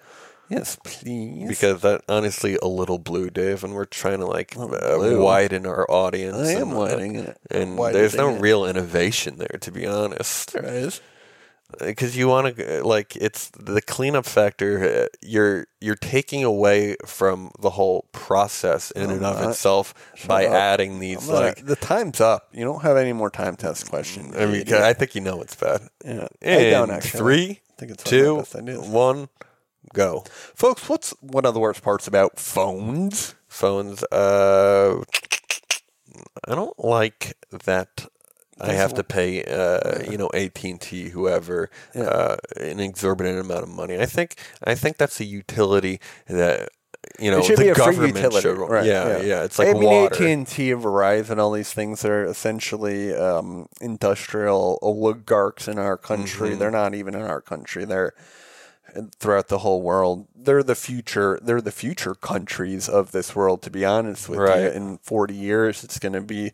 [SPEAKER 3] Yes, please.
[SPEAKER 4] because that honestly a little blue, Dave, and we're trying to like uh,
[SPEAKER 3] blue.
[SPEAKER 4] widen our audience.
[SPEAKER 3] I am
[SPEAKER 4] and, uh,
[SPEAKER 3] widening it.
[SPEAKER 4] And
[SPEAKER 3] Widening
[SPEAKER 4] there's no
[SPEAKER 3] it.
[SPEAKER 4] real innovation there, to be honest.
[SPEAKER 3] there is.
[SPEAKER 4] because you want to like it's the cleanup factor uh, you're you're taking away from the whole process in and of
[SPEAKER 3] not.
[SPEAKER 4] itself by
[SPEAKER 3] up.
[SPEAKER 4] adding these like
[SPEAKER 3] the time's up. You don't have any more time test questions.
[SPEAKER 4] i mean i think you know it's bad
[SPEAKER 3] yeah. I
[SPEAKER 4] and
[SPEAKER 3] don't actually.
[SPEAKER 4] three
[SPEAKER 3] I think it's one of my
[SPEAKER 4] two
[SPEAKER 3] best ideas.
[SPEAKER 4] one go
[SPEAKER 3] Folks, what's one of the worst parts about phones?
[SPEAKER 4] phones uh i don't like that I have to pay, uh, you know, AT and T, whoever, uh, an exorbitant amount of money. I think, I think that's a utility that you know
[SPEAKER 3] It should
[SPEAKER 4] the
[SPEAKER 3] be a free
[SPEAKER 4] government
[SPEAKER 3] utility.
[SPEAKER 4] should. Yeah, yeah, It's like
[SPEAKER 3] I mean,
[SPEAKER 4] water.
[SPEAKER 3] AT&T, Verizon, all these things are essentially um, industrial oligarchs in our country.
[SPEAKER 4] Mm-hmm.
[SPEAKER 3] They're not even in our country. They're uh, throughout the whole world. They're the future. They're the future countries of this world. To be honest with
[SPEAKER 4] Right.
[SPEAKER 3] you, in 40 years, it's going to be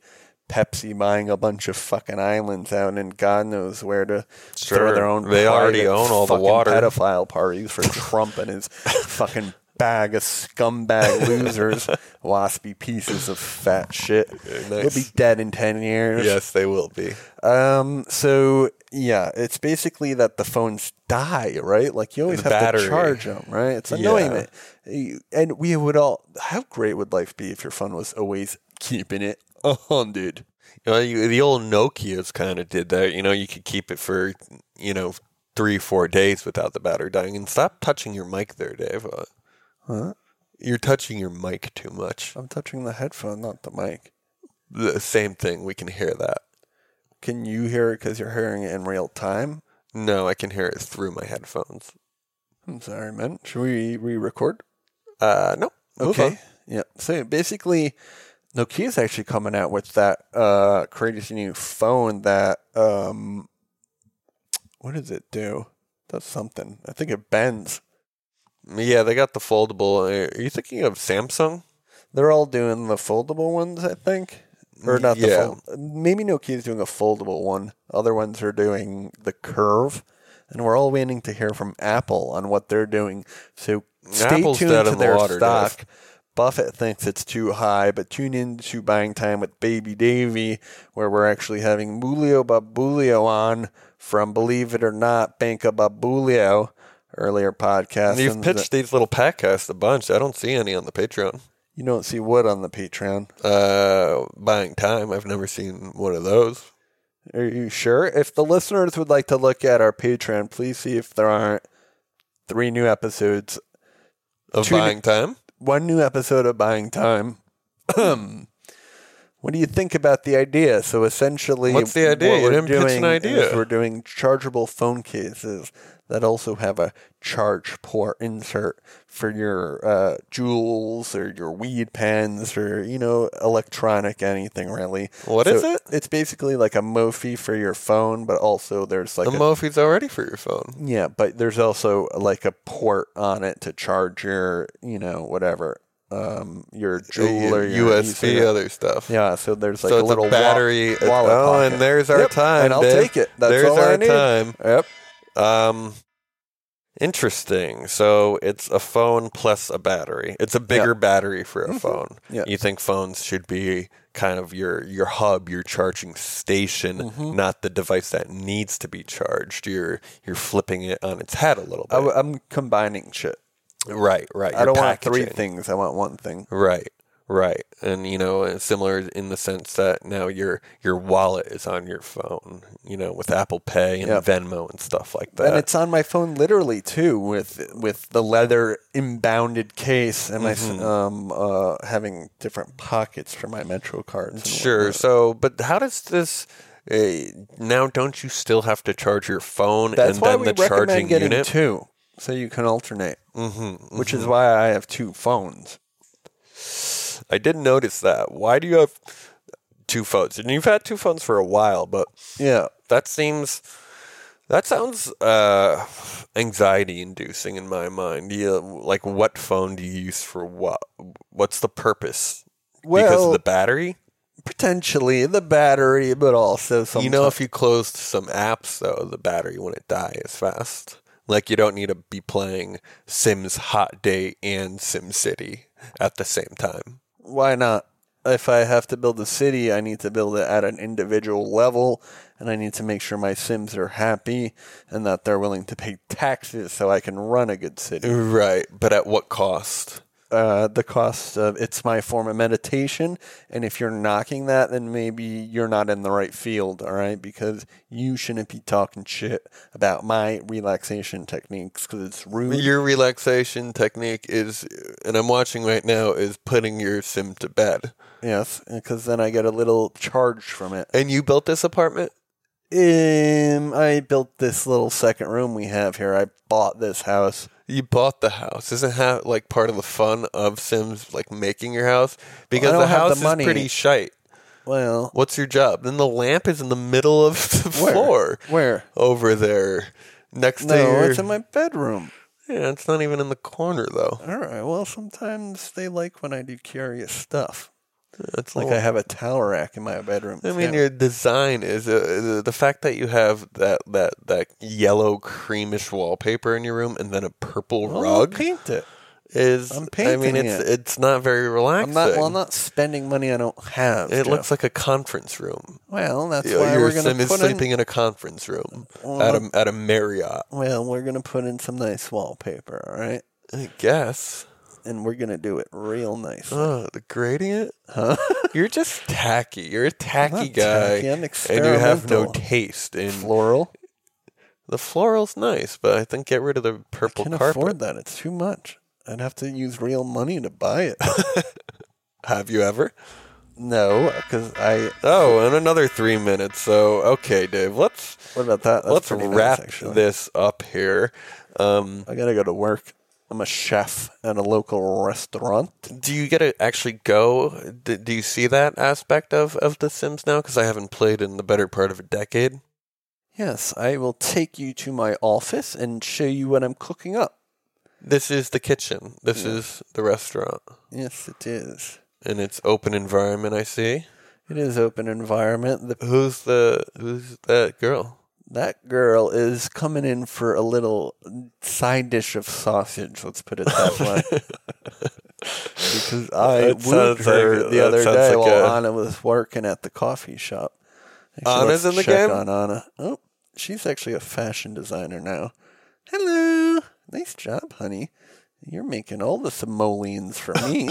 [SPEAKER 3] Pepsi buying a bunch of fucking islands out in God knows where to throw
[SPEAKER 4] Sure.
[SPEAKER 3] their own.
[SPEAKER 4] They already
[SPEAKER 3] private
[SPEAKER 4] own all the
[SPEAKER 3] fucking
[SPEAKER 4] water.
[SPEAKER 3] Pedophile parties for Trump and his fucking bag of scumbag losers, waspy pieces of fat shit.
[SPEAKER 4] nice.
[SPEAKER 3] He'll be dead in ten years.
[SPEAKER 4] Yes, they will be.
[SPEAKER 3] Um. So yeah, it's basically that the phones die, right? Like you always
[SPEAKER 4] The
[SPEAKER 3] have to
[SPEAKER 4] battery.
[SPEAKER 3] charge them, right? It's
[SPEAKER 4] Yeah.
[SPEAKER 3] annoying. man. You- And we would all. How great would life be if your phone was always keeping it a hundred?
[SPEAKER 4] You know, you, the old Nokia's kind of did that. You know, you could keep it for, you know, three, four days without the battery dying. And stop touching your mic there, Dave. Uh, You're touching your mic too much.
[SPEAKER 3] I'm touching the headphone, not the mic.
[SPEAKER 4] The same thing. We can hear that.
[SPEAKER 3] Can you hear it because you're hearing it in real time?
[SPEAKER 4] No, I can hear it through my headphones.
[SPEAKER 3] I'm sorry, man. Should we re-record?
[SPEAKER 4] Uh, no. Move on.
[SPEAKER 3] Okay. Yeah. So basically, Nokia's actually coming out with that uh, crazy new phone that um, what does it do? That's something. I think it bends.
[SPEAKER 4] Yeah, they got the foldable. Are you thinking of Samsung?
[SPEAKER 3] They're all doing the foldable ones, I think, or not the
[SPEAKER 4] Yeah.
[SPEAKER 3] fold. Maybe Nokia's doing a foldable one. Other ones are doing the curve. And we're all waiting to hear from Apple on what they're doing. So stay
[SPEAKER 4] Apple's
[SPEAKER 3] tuned
[SPEAKER 4] dead
[SPEAKER 3] to
[SPEAKER 4] in the
[SPEAKER 3] their
[SPEAKER 4] water, Dave.
[SPEAKER 3] stock. Buffett thinks it's too high, but tune in to Buying Time with Baby Davy, where we're actually having Mulio Babulio on from Believe It or Not, Banca Babulio, earlier podcast.
[SPEAKER 4] You've
[SPEAKER 3] And
[SPEAKER 4] pitched these little podcasts a bunch. I don't see any on the Patreon.
[SPEAKER 3] You don't see wood on the Patreon.
[SPEAKER 4] Uh, buying time. I've never seen one of those.
[SPEAKER 3] Are you sure? If the listeners would like to look at our Patreon, please see if there aren't three new episodes.
[SPEAKER 4] Of
[SPEAKER 3] Tune-
[SPEAKER 4] buying time.
[SPEAKER 3] One new episode of Buying Time. what do you think about the idea? So essentially,
[SPEAKER 4] What's the idea?
[SPEAKER 3] what
[SPEAKER 4] You
[SPEAKER 3] we're
[SPEAKER 4] didn't pitch an
[SPEAKER 3] doing
[SPEAKER 4] idea.
[SPEAKER 3] is we're doing chargeable phone cases that also have a charge port insert for your uh, jewels or your weed pens or you know electronic anything really.
[SPEAKER 4] What
[SPEAKER 3] What
[SPEAKER 4] is
[SPEAKER 3] is
[SPEAKER 4] it?
[SPEAKER 3] It's basically like a Mophie for your phone, but also there's like
[SPEAKER 4] The
[SPEAKER 3] a
[SPEAKER 4] Mophie's already for your phone.
[SPEAKER 3] yeah, but there's also like a port on it to charge your, you know, whatever, um, your jewel or your
[SPEAKER 4] USB,
[SPEAKER 3] ethernet.
[SPEAKER 4] other stuff.
[SPEAKER 3] Yeah, so there's like
[SPEAKER 4] uh, So
[SPEAKER 3] a
[SPEAKER 4] it's a
[SPEAKER 3] little wa-
[SPEAKER 4] battery-
[SPEAKER 3] wallet
[SPEAKER 4] oh,
[SPEAKER 3] pocket.
[SPEAKER 4] and there's our
[SPEAKER 3] Yep,
[SPEAKER 4] time,
[SPEAKER 3] and I'll
[SPEAKER 4] Dave.
[SPEAKER 3] take it. That's
[SPEAKER 4] There's
[SPEAKER 3] all I
[SPEAKER 4] our
[SPEAKER 3] need.
[SPEAKER 4] time.
[SPEAKER 3] Yep.
[SPEAKER 4] Um, interesting. So it's a phone plus a battery. It's a bigger battery for a phone.
[SPEAKER 3] Mm-hmm. Yeah.
[SPEAKER 4] You think phones should be kind of your your hub, your charging station,
[SPEAKER 3] Mm-hmm.
[SPEAKER 4] not the device that needs to be charged. You're you're flipping it on its head a little
[SPEAKER 3] I,
[SPEAKER 4] bit.
[SPEAKER 3] am combining shit.
[SPEAKER 4] right, right.
[SPEAKER 3] I
[SPEAKER 4] You're
[SPEAKER 3] don't want three
[SPEAKER 4] packaging.
[SPEAKER 3] things. I want one thing.
[SPEAKER 4] Right, right, and you know, it's similar in the sense that now your your wallet is on your phone. You know, with Apple Pay and
[SPEAKER 3] Yep.
[SPEAKER 4] Venmo and stuff like that.
[SPEAKER 3] and it's on my phone literally too with with the leather imbounded case and my s
[SPEAKER 4] Mm-hmm.
[SPEAKER 3] um uh having different pockets for my metro cards and
[SPEAKER 4] Sure. So, but how does this? Uh, now, don't you still have to charge your phone
[SPEAKER 3] That's
[SPEAKER 4] and
[SPEAKER 3] why
[SPEAKER 4] then
[SPEAKER 3] we
[SPEAKER 4] the
[SPEAKER 3] recommend
[SPEAKER 4] charging
[SPEAKER 3] getting
[SPEAKER 4] unit?
[SPEAKER 3] two, so you can alternate. Mm-hmm, Which is why I have two phones.
[SPEAKER 4] I did notice that. Why do you have two phones? And you've had two phones for a while, but
[SPEAKER 3] Yeah,
[SPEAKER 4] that seems that sounds uh, anxiety-inducing in my mind. Yeah, like what phone do you use for what? What's the purpose? because
[SPEAKER 3] Well,
[SPEAKER 4] of the battery.
[SPEAKER 3] potentially the battery, but also some.
[SPEAKER 4] You know, if you closed some apps, though, the battery wouldn't die as fast. Like, you don't need to be playing Sims Hot Day and Sim City at the same time.
[SPEAKER 3] why not? If I have to build a city, I need to build it at an individual level, and I need to make sure my Sims are happy and that they're willing to pay taxes so I can run a good city.
[SPEAKER 4] Right, but at what cost?
[SPEAKER 3] uh, the cost of it's my form of meditation. And if you're knocking that, then maybe you're not in the right field, all right? Because you shouldn't be talking shit about my relaxation techniques because it's rude.
[SPEAKER 4] Your relaxation technique is, and I'm watching right now, is putting your sim to bed.
[SPEAKER 3] yes, because then I get a little charge from it.
[SPEAKER 4] And you built this apartment?
[SPEAKER 3] Um, I built this little second room we have here. I bought this house.
[SPEAKER 4] You bought the house. Isn't that like part of the fun of Sims, like making your house? Because
[SPEAKER 3] don't
[SPEAKER 4] the
[SPEAKER 3] have the
[SPEAKER 4] house
[SPEAKER 3] money.
[SPEAKER 4] is pretty shite.
[SPEAKER 3] Well,
[SPEAKER 4] What's your job? Then the lamp is in the middle of the
[SPEAKER 3] where?
[SPEAKER 4] floor.
[SPEAKER 3] Where?
[SPEAKER 4] Over there. Next to
[SPEAKER 3] No,
[SPEAKER 4] your,
[SPEAKER 3] it's in my bedroom.
[SPEAKER 4] Yeah, it's not even in the corner though.
[SPEAKER 3] All right. Well, sometimes they like when I do curious stuff.
[SPEAKER 4] That's
[SPEAKER 3] Like I have a towel rack in my bedroom.
[SPEAKER 4] I
[SPEAKER 3] It's
[SPEAKER 4] mean,
[SPEAKER 3] got-
[SPEAKER 4] your design is uh, the fact that you have that that that yellow creamish wallpaper in your room and then a purple
[SPEAKER 3] Well, I'll
[SPEAKER 4] rug
[SPEAKER 3] paint it.
[SPEAKER 4] is.
[SPEAKER 3] Oh, I'm
[SPEAKER 4] I mean,
[SPEAKER 3] painting
[SPEAKER 4] it's
[SPEAKER 3] it.
[SPEAKER 4] it's not very relaxing.
[SPEAKER 3] I'm not. Well, I'm not spending money I don't have.
[SPEAKER 4] It
[SPEAKER 3] Jeff.
[SPEAKER 4] looks like a conference room.
[SPEAKER 3] Well, that's
[SPEAKER 4] You know,
[SPEAKER 3] why
[SPEAKER 4] your
[SPEAKER 3] we're going
[SPEAKER 4] sim
[SPEAKER 3] to
[SPEAKER 4] is
[SPEAKER 3] put in. Uh,
[SPEAKER 4] sleeping in a conference room at a at a Marriott,
[SPEAKER 3] Well, we're going to put in some nice wallpaper. All right.
[SPEAKER 4] I guess.
[SPEAKER 3] and we're gonna do it real nice.
[SPEAKER 4] Oh, the gradient? Huh? You're just tacky. You're a tacky
[SPEAKER 3] not
[SPEAKER 4] guy,
[SPEAKER 3] tacky, I'm
[SPEAKER 4] and you have no
[SPEAKER 3] experimental.
[SPEAKER 4] taste in
[SPEAKER 3] Floral.
[SPEAKER 4] the floral's nice, but I think get rid of the purple
[SPEAKER 3] Can't
[SPEAKER 4] carpet.
[SPEAKER 3] afford that. It's too much. I'd have to use real money to buy it.
[SPEAKER 4] Have you ever?
[SPEAKER 3] no, because I.
[SPEAKER 4] Oh, and another three minutes. So okay, Dave, let's
[SPEAKER 3] What about that? That's
[SPEAKER 4] let's
[SPEAKER 3] pretty nice,
[SPEAKER 4] wrap
[SPEAKER 3] actually.
[SPEAKER 4] this up here. Um,
[SPEAKER 3] I gotta go to work. I'm a chef at a local restaurant.
[SPEAKER 4] do you get to actually go? D- do you see that aspect of of The Sims now? Because I haven't played in the better part of a decade.
[SPEAKER 3] Yes, I will take you to my office and show you what I'm cooking up.
[SPEAKER 4] This is the kitchen. This is the restaurant,
[SPEAKER 3] Yes, it is.
[SPEAKER 4] and it's open environment. I see.
[SPEAKER 3] It is open environment. The,
[SPEAKER 4] Who's the who's that girl?
[SPEAKER 3] that girl is coming in for a little side dish of sausage. Let's put it that way. because I
[SPEAKER 4] That
[SPEAKER 3] wooed
[SPEAKER 4] sounds
[SPEAKER 3] her
[SPEAKER 4] like-
[SPEAKER 3] the
[SPEAKER 4] that
[SPEAKER 3] other
[SPEAKER 4] sounds
[SPEAKER 3] day
[SPEAKER 4] like
[SPEAKER 3] while
[SPEAKER 4] a-
[SPEAKER 3] Anna was working at the coffee shop.
[SPEAKER 4] Anna's
[SPEAKER 3] let's
[SPEAKER 4] in the
[SPEAKER 3] check
[SPEAKER 4] game?
[SPEAKER 3] On Anna. Oh, she's actually a fashion designer now. Hello, nice job, honey. You're making all the simoleons for me,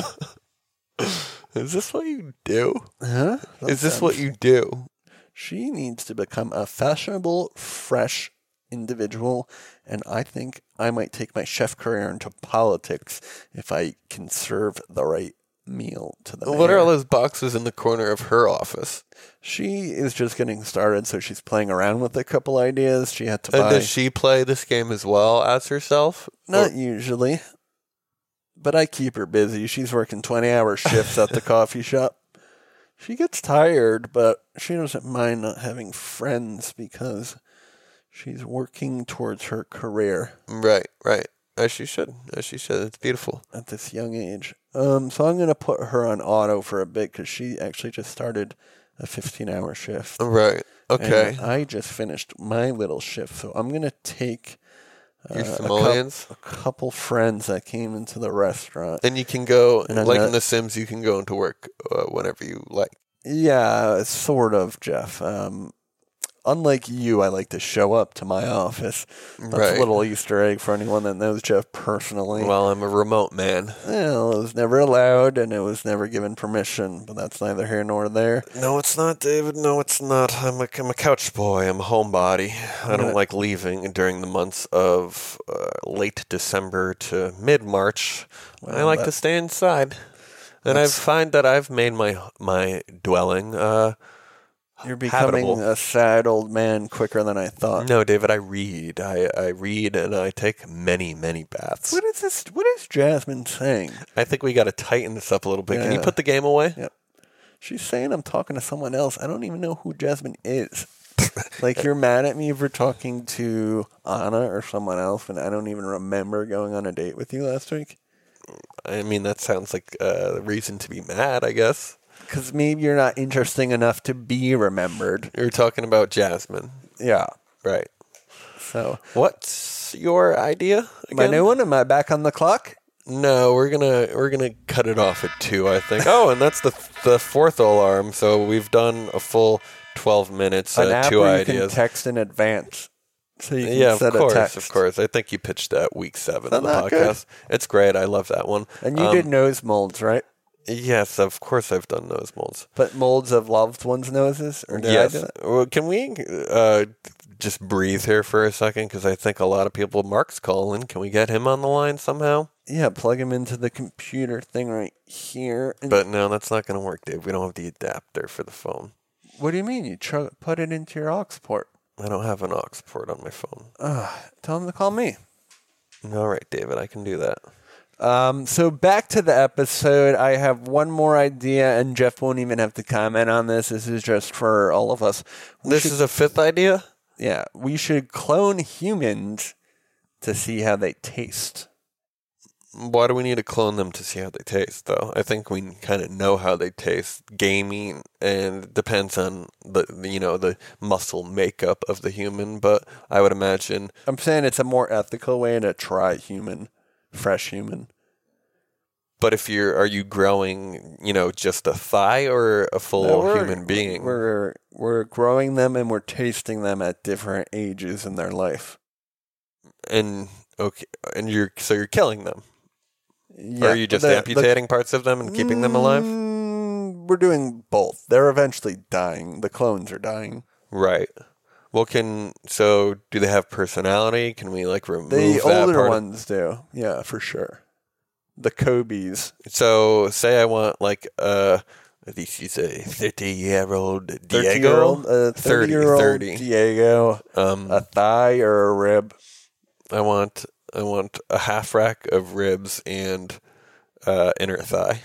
[SPEAKER 4] Is this what you do?
[SPEAKER 3] huh?
[SPEAKER 4] Is this what you do?
[SPEAKER 3] She needs to become a fashionable, fresh individual, and I think I might take my chef career into politics if I can serve the right meal to the
[SPEAKER 4] What are
[SPEAKER 3] mayor.
[SPEAKER 4] all those boxes in the corner of her office?
[SPEAKER 3] She is just getting started, so she's playing around with a couple ideas. She had to
[SPEAKER 4] And
[SPEAKER 3] buy.
[SPEAKER 4] does she play this game as well as herself?
[SPEAKER 3] Not usually, but I keep her busy. She's working twenty-hour shifts at the coffee shop. She gets tired, but she doesn't mind not having friends because she's working towards her career
[SPEAKER 4] Right, right. As she should. As she should. It's beautiful.
[SPEAKER 3] at this young age. Um, so I'm gonna put her on auto for a bit because she actually just started a fifteen-hour shift.
[SPEAKER 4] Right. Okay.
[SPEAKER 3] And I just finished my little shift, so I'm gonna take
[SPEAKER 4] Your
[SPEAKER 3] uh, a cou-
[SPEAKER 4] simoleons.
[SPEAKER 3] a couple friends that came into the restaurant.
[SPEAKER 4] and you can go,
[SPEAKER 3] And I'm
[SPEAKER 4] like in
[SPEAKER 3] not-
[SPEAKER 4] The Sims, you can go into work uh, whenever you like.
[SPEAKER 3] Yeah, sort of, Jeff. Um, unlike you, I like to show up to my office. That's
[SPEAKER 4] Right.
[SPEAKER 3] a little Easter egg for anyone that knows Jeff personally.
[SPEAKER 4] Well, I'm a remote man.
[SPEAKER 3] Well, it was never allowed, and it was never given permission. But that's neither here nor there.
[SPEAKER 4] No, it's not, David. No, it's not. I'm a, I'm a couch boy. I'm a homebody. I don't like leaving during the months of uh, late December to mid March. I like to stay inside. And I find that I've made my my dwelling. Uh,
[SPEAKER 3] You're becoming
[SPEAKER 4] Habitable.
[SPEAKER 3] a sad old man quicker than I thought.
[SPEAKER 4] no, David, I read. I, I read and I take many, many baths.
[SPEAKER 3] What is this? What is Jasmine saying?
[SPEAKER 4] I think we got to tighten this up a little bit. Can you
[SPEAKER 3] Yeah.
[SPEAKER 4] put the game away?
[SPEAKER 3] Yep. She's saying I'm talking to someone else. I don't even know who Jasmine is. like you're mad at me for talking to Anna or someone else when I don't even remember going on a date with you last week.
[SPEAKER 4] I mean, that sounds like a reason to be mad, I guess.
[SPEAKER 3] Cuz maybe you're not interesting enough to be remembered.
[SPEAKER 4] You're talking about Jasmine,
[SPEAKER 3] Yeah.
[SPEAKER 4] right?
[SPEAKER 3] So,
[SPEAKER 4] What's your idea?
[SPEAKER 3] my
[SPEAKER 4] again?
[SPEAKER 3] new one am I back on the clock?
[SPEAKER 4] No, we're gonna we're gonna cut it off at two, I think. oh, and that's the the fourth alarm. So we've done a full twelve minutes.
[SPEAKER 3] An
[SPEAKER 4] Uh,
[SPEAKER 3] app
[SPEAKER 4] two
[SPEAKER 3] where you can
[SPEAKER 4] ideas.
[SPEAKER 3] text in advance. So you can
[SPEAKER 4] yeah, of
[SPEAKER 3] set
[SPEAKER 4] course,
[SPEAKER 3] a text.
[SPEAKER 4] of course. I think you pitched that week seven of the
[SPEAKER 3] not good?
[SPEAKER 4] podcast. It's great. I love that one.
[SPEAKER 3] And you
[SPEAKER 4] Um,
[SPEAKER 3] did nose molds, right?
[SPEAKER 4] Yes, of course. I've done those molds.
[SPEAKER 3] But molds of loved ones' noses, or did I
[SPEAKER 4] yes.
[SPEAKER 3] do that?
[SPEAKER 4] Well, can we uh, just breathe here for a second? Because I think a lot of people. Mark's calling. Can we get him on the line somehow?
[SPEAKER 3] Yeah, plug them into the computer thing right here. And
[SPEAKER 4] But no, that's not going to work, Dave. We don't have the adapter for the phone.
[SPEAKER 3] What do you mean? You tr- put it into your aux port.
[SPEAKER 4] I don't have an aux port on my phone.
[SPEAKER 3] Tell them to call me.
[SPEAKER 4] All right, David, I can do that.
[SPEAKER 3] Um, so back to the episode. I have one more idea, and Jeff won't even have to comment on this. This is just for all of us. We
[SPEAKER 4] This
[SPEAKER 3] should-
[SPEAKER 4] is a fifth idea.
[SPEAKER 3] yeah. We should clone humans to see how they taste.
[SPEAKER 4] Why do we need to clone them to see how they taste, though? I think we kind of know how they taste. Gamey, and it depends on the you know the muscle makeup of the human, but I would imagine
[SPEAKER 3] I'm saying it's a more ethical way to try human, fresh human.
[SPEAKER 4] But if you're, are you growing, you know, just a thigh or a full
[SPEAKER 3] No, we're-
[SPEAKER 4] human being?
[SPEAKER 3] We're we're growing them and we're tasting them at different ages in their life.
[SPEAKER 4] and okay, and you're so you're killing them.
[SPEAKER 3] Yeah,
[SPEAKER 4] are you just
[SPEAKER 3] the- the-
[SPEAKER 4] amputating parts of them and keeping them alive?
[SPEAKER 3] Mm, we're doing both. They're eventually dying. The clones are dying.
[SPEAKER 4] Right. Well, can so do they have personality? Can we like remove
[SPEAKER 3] The
[SPEAKER 4] that
[SPEAKER 3] older
[SPEAKER 4] part? of-
[SPEAKER 3] ones do. Yeah, for sure. The Kobe's.
[SPEAKER 4] so say I want like uh, I think she's a thirty-year-old Diego,
[SPEAKER 3] Thirty-year-old,
[SPEAKER 4] 30,
[SPEAKER 3] uh, 30-year-old
[SPEAKER 4] 30.
[SPEAKER 3] Diego,
[SPEAKER 4] Um,
[SPEAKER 3] a thigh or a rib.
[SPEAKER 4] I want I want a half rack of ribs and uh, inner thigh.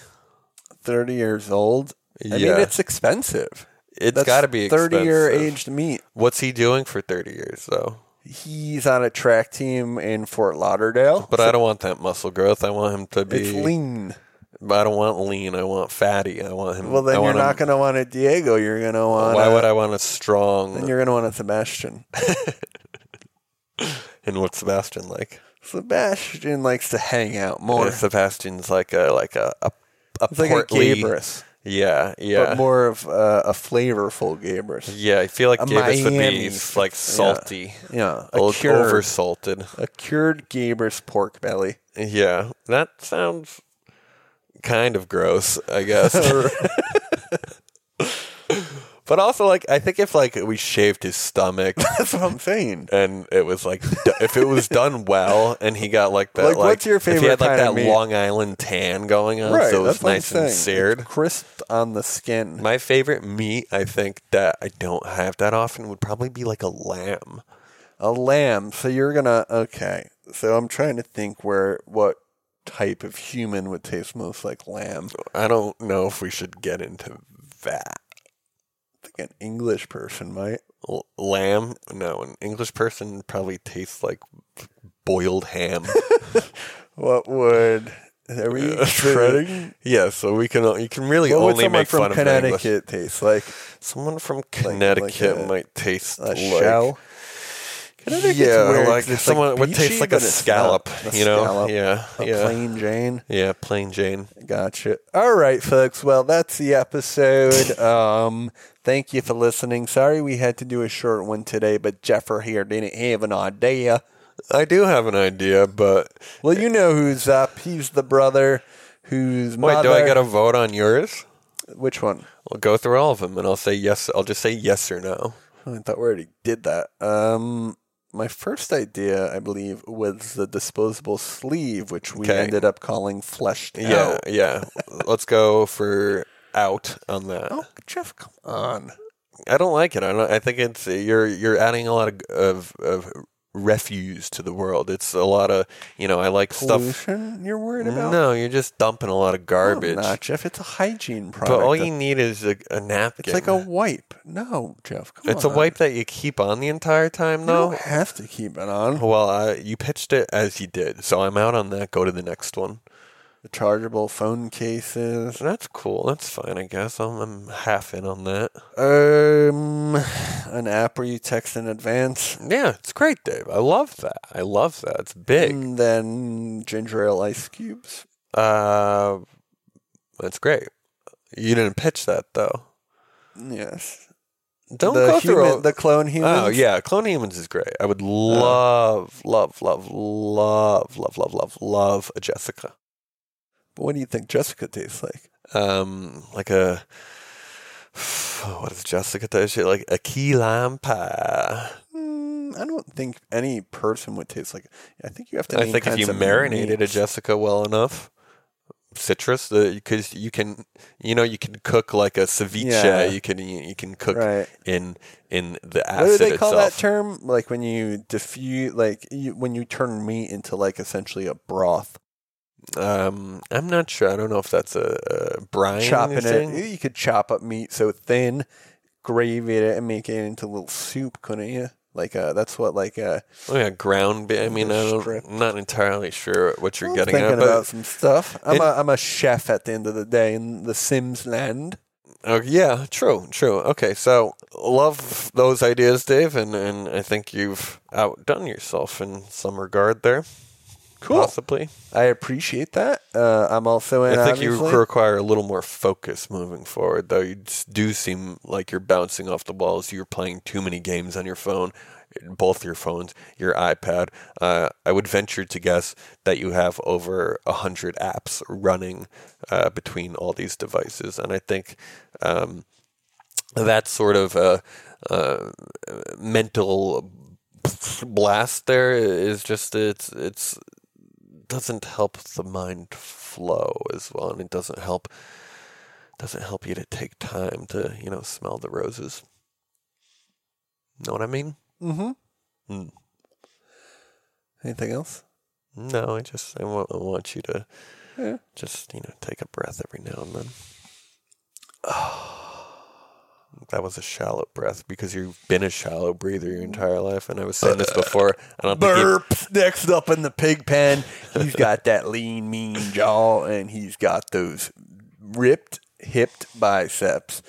[SPEAKER 3] Thirty years old. I
[SPEAKER 4] Yeah.
[SPEAKER 3] mean, it's expensive.
[SPEAKER 4] It's
[SPEAKER 3] That's
[SPEAKER 4] got to be expensive.
[SPEAKER 3] thirty-year aged meat.
[SPEAKER 4] What's he doing for thirty years though?
[SPEAKER 3] He's on a track team in Fort Lauderdale.
[SPEAKER 4] But I don't want that muscle growth. I want him to be.
[SPEAKER 3] It's lean.
[SPEAKER 4] I don't want lean. I want fatty. I want him.
[SPEAKER 3] Well, then
[SPEAKER 4] I
[SPEAKER 3] you're
[SPEAKER 4] want
[SPEAKER 3] not
[SPEAKER 4] him-
[SPEAKER 3] going to want a Diego. You're going to want.
[SPEAKER 4] Why
[SPEAKER 3] a,
[SPEAKER 4] would I want a
[SPEAKER 3] Then
[SPEAKER 4] strong?
[SPEAKER 3] you're going to want a Sebastian.
[SPEAKER 4] And what's Sebastian like?
[SPEAKER 3] Sebastian likes to hang out more.
[SPEAKER 4] Or Sebastian's like a like a a, a
[SPEAKER 3] It's like
[SPEAKER 4] portly-
[SPEAKER 3] a Gabrus,
[SPEAKER 4] Yeah, yeah,
[SPEAKER 3] but more of uh, a flavorful Gabrus.
[SPEAKER 4] yeah. I feel like
[SPEAKER 3] a
[SPEAKER 4] Gabrus would
[SPEAKER 3] Miami.
[SPEAKER 4] be like salty,
[SPEAKER 3] Yeah, a
[SPEAKER 4] o-
[SPEAKER 3] cured,
[SPEAKER 4] over salted.
[SPEAKER 3] a cured Gabrus pork belly.
[SPEAKER 4] Yeah, that sounds kind of gross, I guess. but also, like, I think if like we shaved his stomach
[SPEAKER 3] That's what I'm saying.
[SPEAKER 4] and it was like, d- if it was done well, and he got like that,
[SPEAKER 3] Like,
[SPEAKER 4] like,
[SPEAKER 3] what's your
[SPEAKER 4] If he
[SPEAKER 3] favorite
[SPEAKER 4] had like
[SPEAKER 3] kind of
[SPEAKER 4] that
[SPEAKER 3] meat?
[SPEAKER 4] Long Island tan going on, so it was
[SPEAKER 3] what I'm
[SPEAKER 4] nice and
[SPEAKER 3] saying.
[SPEAKER 4] seared.
[SPEAKER 3] It's crisp on the skin.
[SPEAKER 4] My favorite meat, I think that I don't have that often, would probably be like a lamb.
[SPEAKER 3] a lamb. So you're gonna okay. So I'm trying to think where what type of human would taste most like lamb.
[SPEAKER 4] I don't know if we should get into that.
[SPEAKER 3] I think an English person might.
[SPEAKER 4] L- lamb? No, an English person probably tastes like boiled ham.
[SPEAKER 3] What would are we treading?
[SPEAKER 4] yeah, so we can uh, you can really
[SPEAKER 3] What would
[SPEAKER 4] only
[SPEAKER 3] someone
[SPEAKER 4] make fun
[SPEAKER 3] from
[SPEAKER 4] of English.
[SPEAKER 3] Connecticut taste like?
[SPEAKER 4] Someone from
[SPEAKER 3] like
[SPEAKER 4] Connecticut
[SPEAKER 3] a-
[SPEAKER 4] might taste
[SPEAKER 3] A
[SPEAKER 4] like
[SPEAKER 3] shell. Connecticut's
[SPEAKER 4] yeah,
[SPEAKER 3] weird 'cause
[SPEAKER 4] like
[SPEAKER 3] it's, like,
[SPEAKER 4] someone would
[SPEAKER 3] beachy,
[SPEAKER 4] taste like
[SPEAKER 3] but
[SPEAKER 4] a
[SPEAKER 3] it's not
[SPEAKER 4] scallop,
[SPEAKER 3] a
[SPEAKER 4] you know?
[SPEAKER 3] scallop.
[SPEAKER 4] Yeah,
[SPEAKER 3] A
[SPEAKER 4] yeah,
[SPEAKER 3] plain Jane.
[SPEAKER 4] yeah, plain Jane.
[SPEAKER 3] Gotcha. All right, folks. Well, that's the episode. Um, thank you for listening. Sorry we had to do a short one today, but Jeffer here didn't have an idea.
[SPEAKER 4] I do have an idea, but
[SPEAKER 3] Well, you know who's up. He's the brother whose
[SPEAKER 4] wait,
[SPEAKER 3] mother.
[SPEAKER 4] do I get a vote on yours?
[SPEAKER 3] Which one?
[SPEAKER 4] I'll go through all of them and I'll say yes. I'll just say yes or no.
[SPEAKER 3] Oh, I thought we already did that. Um, my first idea, I believe, was the disposable sleeve, which we
[SPEAKER 4] Okay.
[SPEAKER 3] ended up calling fleshed
[SPEAKER 4] Yeah,
[SPEAKER 3] out.
[SPEAKER 4] yeah. Let's go for out on that.
[SPEAKER 3] Oh, Jeff, come on.
[SPEAKER 4] I don't like it. I don't. I think it's you're you're adding a lot of of, of refuse to the world. It's a lot of you know. I like stuff.
[SPEAKER 3] Pollution you're worried about?
[SPEAKER 4] No, you're just dumping a lot of garbage.
[SPEAKER 3] No, not, Jeff. It's a hygiene
[SPEAKER 4] but
[SPEAKER 3] product.
[SPEAKER 4] all you need is a, a napkin.
[SPEAKER 3] It's like a wipe. No, Jeff. Come
[SPEAKER 4] It's a
[SPEAKER 3] on.
[SPEAKER 4] wipe that you keep on the entire time,
[SPEAKER 3] You
[SPEAKER 4] though.
[SPEAKER 3] don't have to keep it on.
[SPEAKER 4] Well, I, you pitched it as you did, so I'm out on that. Go to the next one.
[SPEAKER 3] The chargeable phone cases.
[SPEAKER 4] That's cool. That's fine, I guess. I'm, I'm half in on that.
[SPEAKER 3] Um, an app where you text in advance.
[SPEAKER 4] Yeah, it's great, Dave. I love that. I love that. It's big.
[SPEAKER 3] And then ginger ale ice cubes.
[SPEAKER 4] Uh, that's great. You didn't pitch that though.
[SPEAKER 3] Yes.
[SPEAKER 4] Don't
[SPEAKER 3] the
[SPEAKER 4] go through
[SPEAKER 3] human-
[SPEAKER 4] all-
[SPEAKER 3] the clone humans.
[SPEAKER 4] Oh yeah, clone humans Uh. is great. I would love, love, love, love, love, love, love, love a Jessica.
[SPEAKER 3] But what do you think Jessica tastes like?
[SPEAKER 4] Um, like a what is Jessica? taste? She like a key Uh, lime pie.
[SPEAKER 3] Mm, I don't think any person would taste like. I think you have to.
[SPEAKER 4] I
[SPEAKER 3] name
[SPEAKER 4] think if
[SPEAKER 3] kinds
[SPEAKER 4] you
[SPEAKER 3] of
[SPEAKER 4] marinated a
[SPEAKER 3] meats.
[SPEAKER 4] Jessica well enough, citrus, because you can, you know, you can cook like a ceviche.
[SPEAKER 3] Yeah.
[SPEAKER 4] You can you, you can cook
[SPEAKER 3] Right.
[SPEAKER 4] in in the
[SPEAKER 3] What
[SPEAKER 4] acid
[SPEAKER 3] do they call
[SPEAKER 4] itself.
[SPEAKER 3] that term? Like when you diffuse, like you, when you turn meat into like essentially a broth,
[SPEAKER 4] um, I'm not sure. I don't know if that's a, a brine
[SPEAKER 3] chopping
[SPEAKER 4] thing.
[SPEAKER 3] it. You could chop up meat so thin, gravy it, and make it into a little soup, couldn't you? Like uh, that's what like uh,
[SPEAKER 4] Oh, yeah, ground. ba- I mean, I don't,
[SPEAKER 3] Strip.
[SPEAKER 4] I'm not entirely sure what you're
[SPEAKER 3] I'm
[SPEAKER 4] getting
[SPEAKER 3] thinking
[SPEAKER 4] at,
[SPEAKER 3] about
[SPEAKER 4] but
[SPEAKER 3] some stuff. I'm
[SPEAKER 4] it-
[SPEAKER 3] a I'm a chef at the end of the day in the Sims land.
[SPEAKER 4] oh, yeah, true, true. Okay, so love those ideas, Dave, and, and I think you've outdone yourself in some regard there.
[SPEAKER 3] Cool.
[SPEAKER 4] Possibly.
[SPEAKER 3] I appreciate that. Uh, I'm also in.
[SPEAKER 4] I think
[SPEAKER 3] obviously.
[SPEAKER 4] you require a little more focus moving forward, though. You s- do seem like you're bouncing off the walls. You're playing too many games on your phone, both your phones, your iPad. Uh, I would venture to guess that you have over a hundred apps running uh, between all these devices, and I think um, that sort of uh, uh, mental blast there is just it's it's doesn't help the mind flow as well, and it doesn't help doesn't help you to take time to you know smell the roses. Know what I mean?
[SPEAKER 3] Mm-hmm.
[SPEAKER 4] Hmm.
[SPEAKER 3] Anything else?
[SPEAKER 4] No, I just I want I want you to just you know take a breath every now and then. That was a shallow breath because you've been a shallow breather your entire life, and I was saying this
[SPEAKER 3] Uh,
[SPEAKER 4] before. I don't think you-
[SPEAKER 3] Burps next up in the pig pen. He's got that lean, mean jaw, and he's got those ripped, hipped biceps.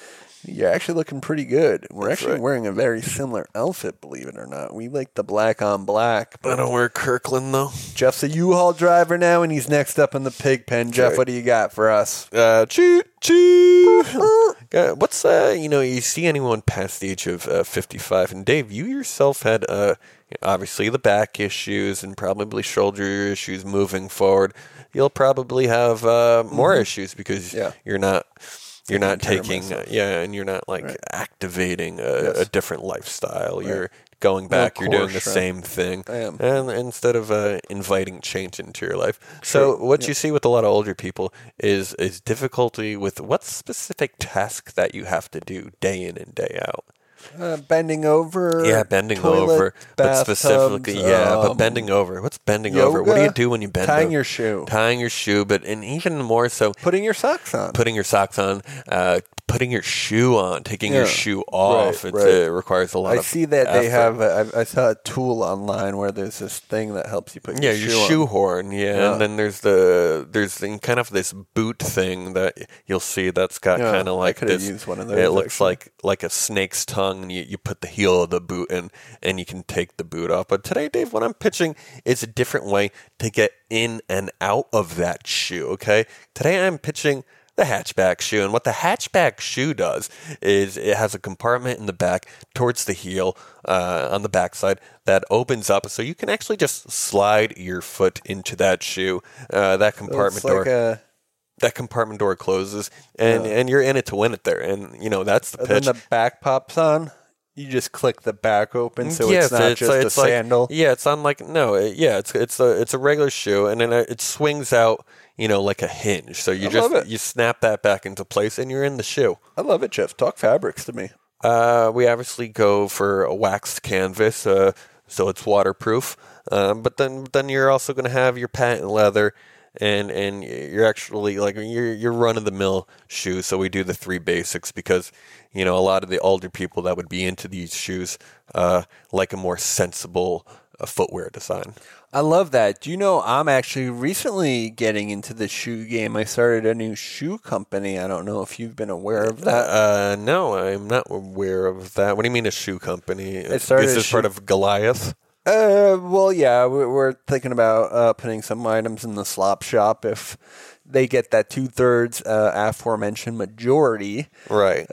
[SPEAKER 3] You're actually looking pretty good. We're actually
[SPEAKER 4] right.
[SPEAKER 3] wearing a very similar outfit, believe it or not. We like the black on black,
[SPEAKER 4] I
[SPEAKER 3] but
[SPEAKER 4] don't wear Kirkland though.
[SPEAKER 3] Jeff's a U-Haul driver now, and he's next up in the pig pen. Jeff,
[SPEAKER 4] right.
[SPEAKER 3] what do you got for us?
[SPEAKER 4] Uh, choo choo. Uh, What's uh? You know, you see anyone past the age of uh, fifty-five? And Dave, you yourself had uh, obviously the back issues and probably shoulder issues moving forward. You'll probably have uh, more issues because
[SPEAKER 3] Mm-hmm. Yeah.
[SPEAKER 4] you're not you're not
[SPEAKER 3] care of
[SPEAKER 4] taking uh,
[SPEAKER 3] myself.
[SPEAKER 4] yeah, and you're not like activating a, a
[SPEAKER 3] Yes.
[SPEAKER 4] different lifestyle. You're going back. you're doing
[SPEAKER 3] core
[SPEAKER 4] the
[SPEAKER 3] strength.
[SPEAKER 4] same thing.
[SPEAKER 3] I am.
[SPEAKER 4] And instead of uh, inviting change into your life, so what you see with a lot of older people is is difficulty with what specific task that you have to do day in and day out.
[SPEAKER 3] Uh, bending over.
[SPEAKER 4] Yeah, bending
[SPEAKER 3] toilet,
[SPEAKER 4] over, but
[SPEAKER 3] bathtubs,
[SPEAKER 4] specifically, yeah, but
[SPEAKER 3] um,
[SPEAKER 4] bending over. What's bending over? What do you
[SPEAKER 3] yoga?
[SPEAKER 4] do when you bend?
[SPEAKER 3] Tying
[SPEAKER 4] over?
[SPEAKER 3] your shoe.
[SPEAKER 4] tying your shoe, but and even more so,
[SPEAKER 3] Putting your socks on.
[SPEAKER 4] putting your socks on, uh, putting your shoe on, taking your
[SPEAKER 3] Yeah.
[SPEAKER 4] shoe off.
[SPEAKER 3] Right,
[SPEAKER 4] it's,
[SPEAKER 3] right.
[SPEAKER 4] It requires a lot.
[SPEAKER 3] I
[SPEAKER 4] of
[SPEAKER 3] see that they
[SPEAKER 4] effort.
[SPEAKER 3] have. A, I, I saw a tool online where there's this thing that helps you put
[SPEAKER 4] Yeah, your
[SPEAKER 3] your shoe on.
[SPEAKER 4] shoehorn. Yeah.
[SPEAKER 3] Yeah.
[SPEAKER 4] and then there's the there's the, kind of this boot thing that you'll see that's got
[SPEAKER 3] Yeah,
[SPEAKER 4] kind of
[SPEAKER 3] I
[SPEAKER 4] like
[SPEAKER 3] coulda
[SPEAKER 4] this.
[SPEAKER 3] used one of
[SPEAKER 4] It
[SPEAKER 3] those,
[SPEAKER 4] looks
[SPEAKER 3] actually.
[SPEAKER 4] like like a snake's tongue, and you, you put the heel of the boot in, and you can take the boot off. But today, Dave, what I'm pitching is a different way to get in and out of that shoe. Okay, today I'm pitching. The hatchback shoe, and what the hatchback shoe does is it has a compartment in the back towards the heel uh, on the backside that opens up, so you can actually just slide your foot into that shoe. Uh, that compartment
[SPEAKER 3] It's like
[SPEAKER 4] door
[SPEAKER 3] a,
[SPEAKER 4] that compartment door closes and and you're in it to win it there and you know that's the
[SPEAKER 3] and
[SPEAKER 4] pitch
[SPEAKER 3] then the back pops on. You just click the back open, so it's not just a
[SPEAKER 4] like,
[SPEAKER 3] sandal.
[SPEAKER 4] yeah Mm, it's on like no it- yeah it's it's a it's a regular shoe and then it swings out you know like a hinge so you
[SPEAKER 3] I love
[SPEAKER 4] just
[SPEAKER 3] it.
[SPEAKER 4] you snap that back into place and you're in the shoe
[SPEAKER 3] I love it, Jeff. Talk fabrics to me.
[SPEAKER 4] Uh, we obviously go for a waxed canvas, uh, so it's waterproof. Um, but then, then you're also going to have your patent leather, and and you're actually like you're you're run of the mill shoes. So we do the three basics because you know a lot of the older people that would be into these shoes uh, like a more sensible uh, footwear design.
[SPEAKER 3] I love that. Do you know I'm actually recently getting into the shoe game? I started a new shoe company. I don't know if you've been aware of that.
[SPEAKER 4] Uh, no, I'm not aware of that. What do you mean a shoe company?
[SPEAKER 3] started
[SPEAKER 4] Is
[SPEAKER 3] a
[SPEAKER 4] this
[SPEAKER 3] shoe-
[SPEAKER 4] part of Goliath?
[SPEAKER 3] Uh, well, yeah, we're, we're thinking about uh, putting some items in the slop shop if they get that two thirds uh, aforementioned majority.
[SPEAKER 4] Right.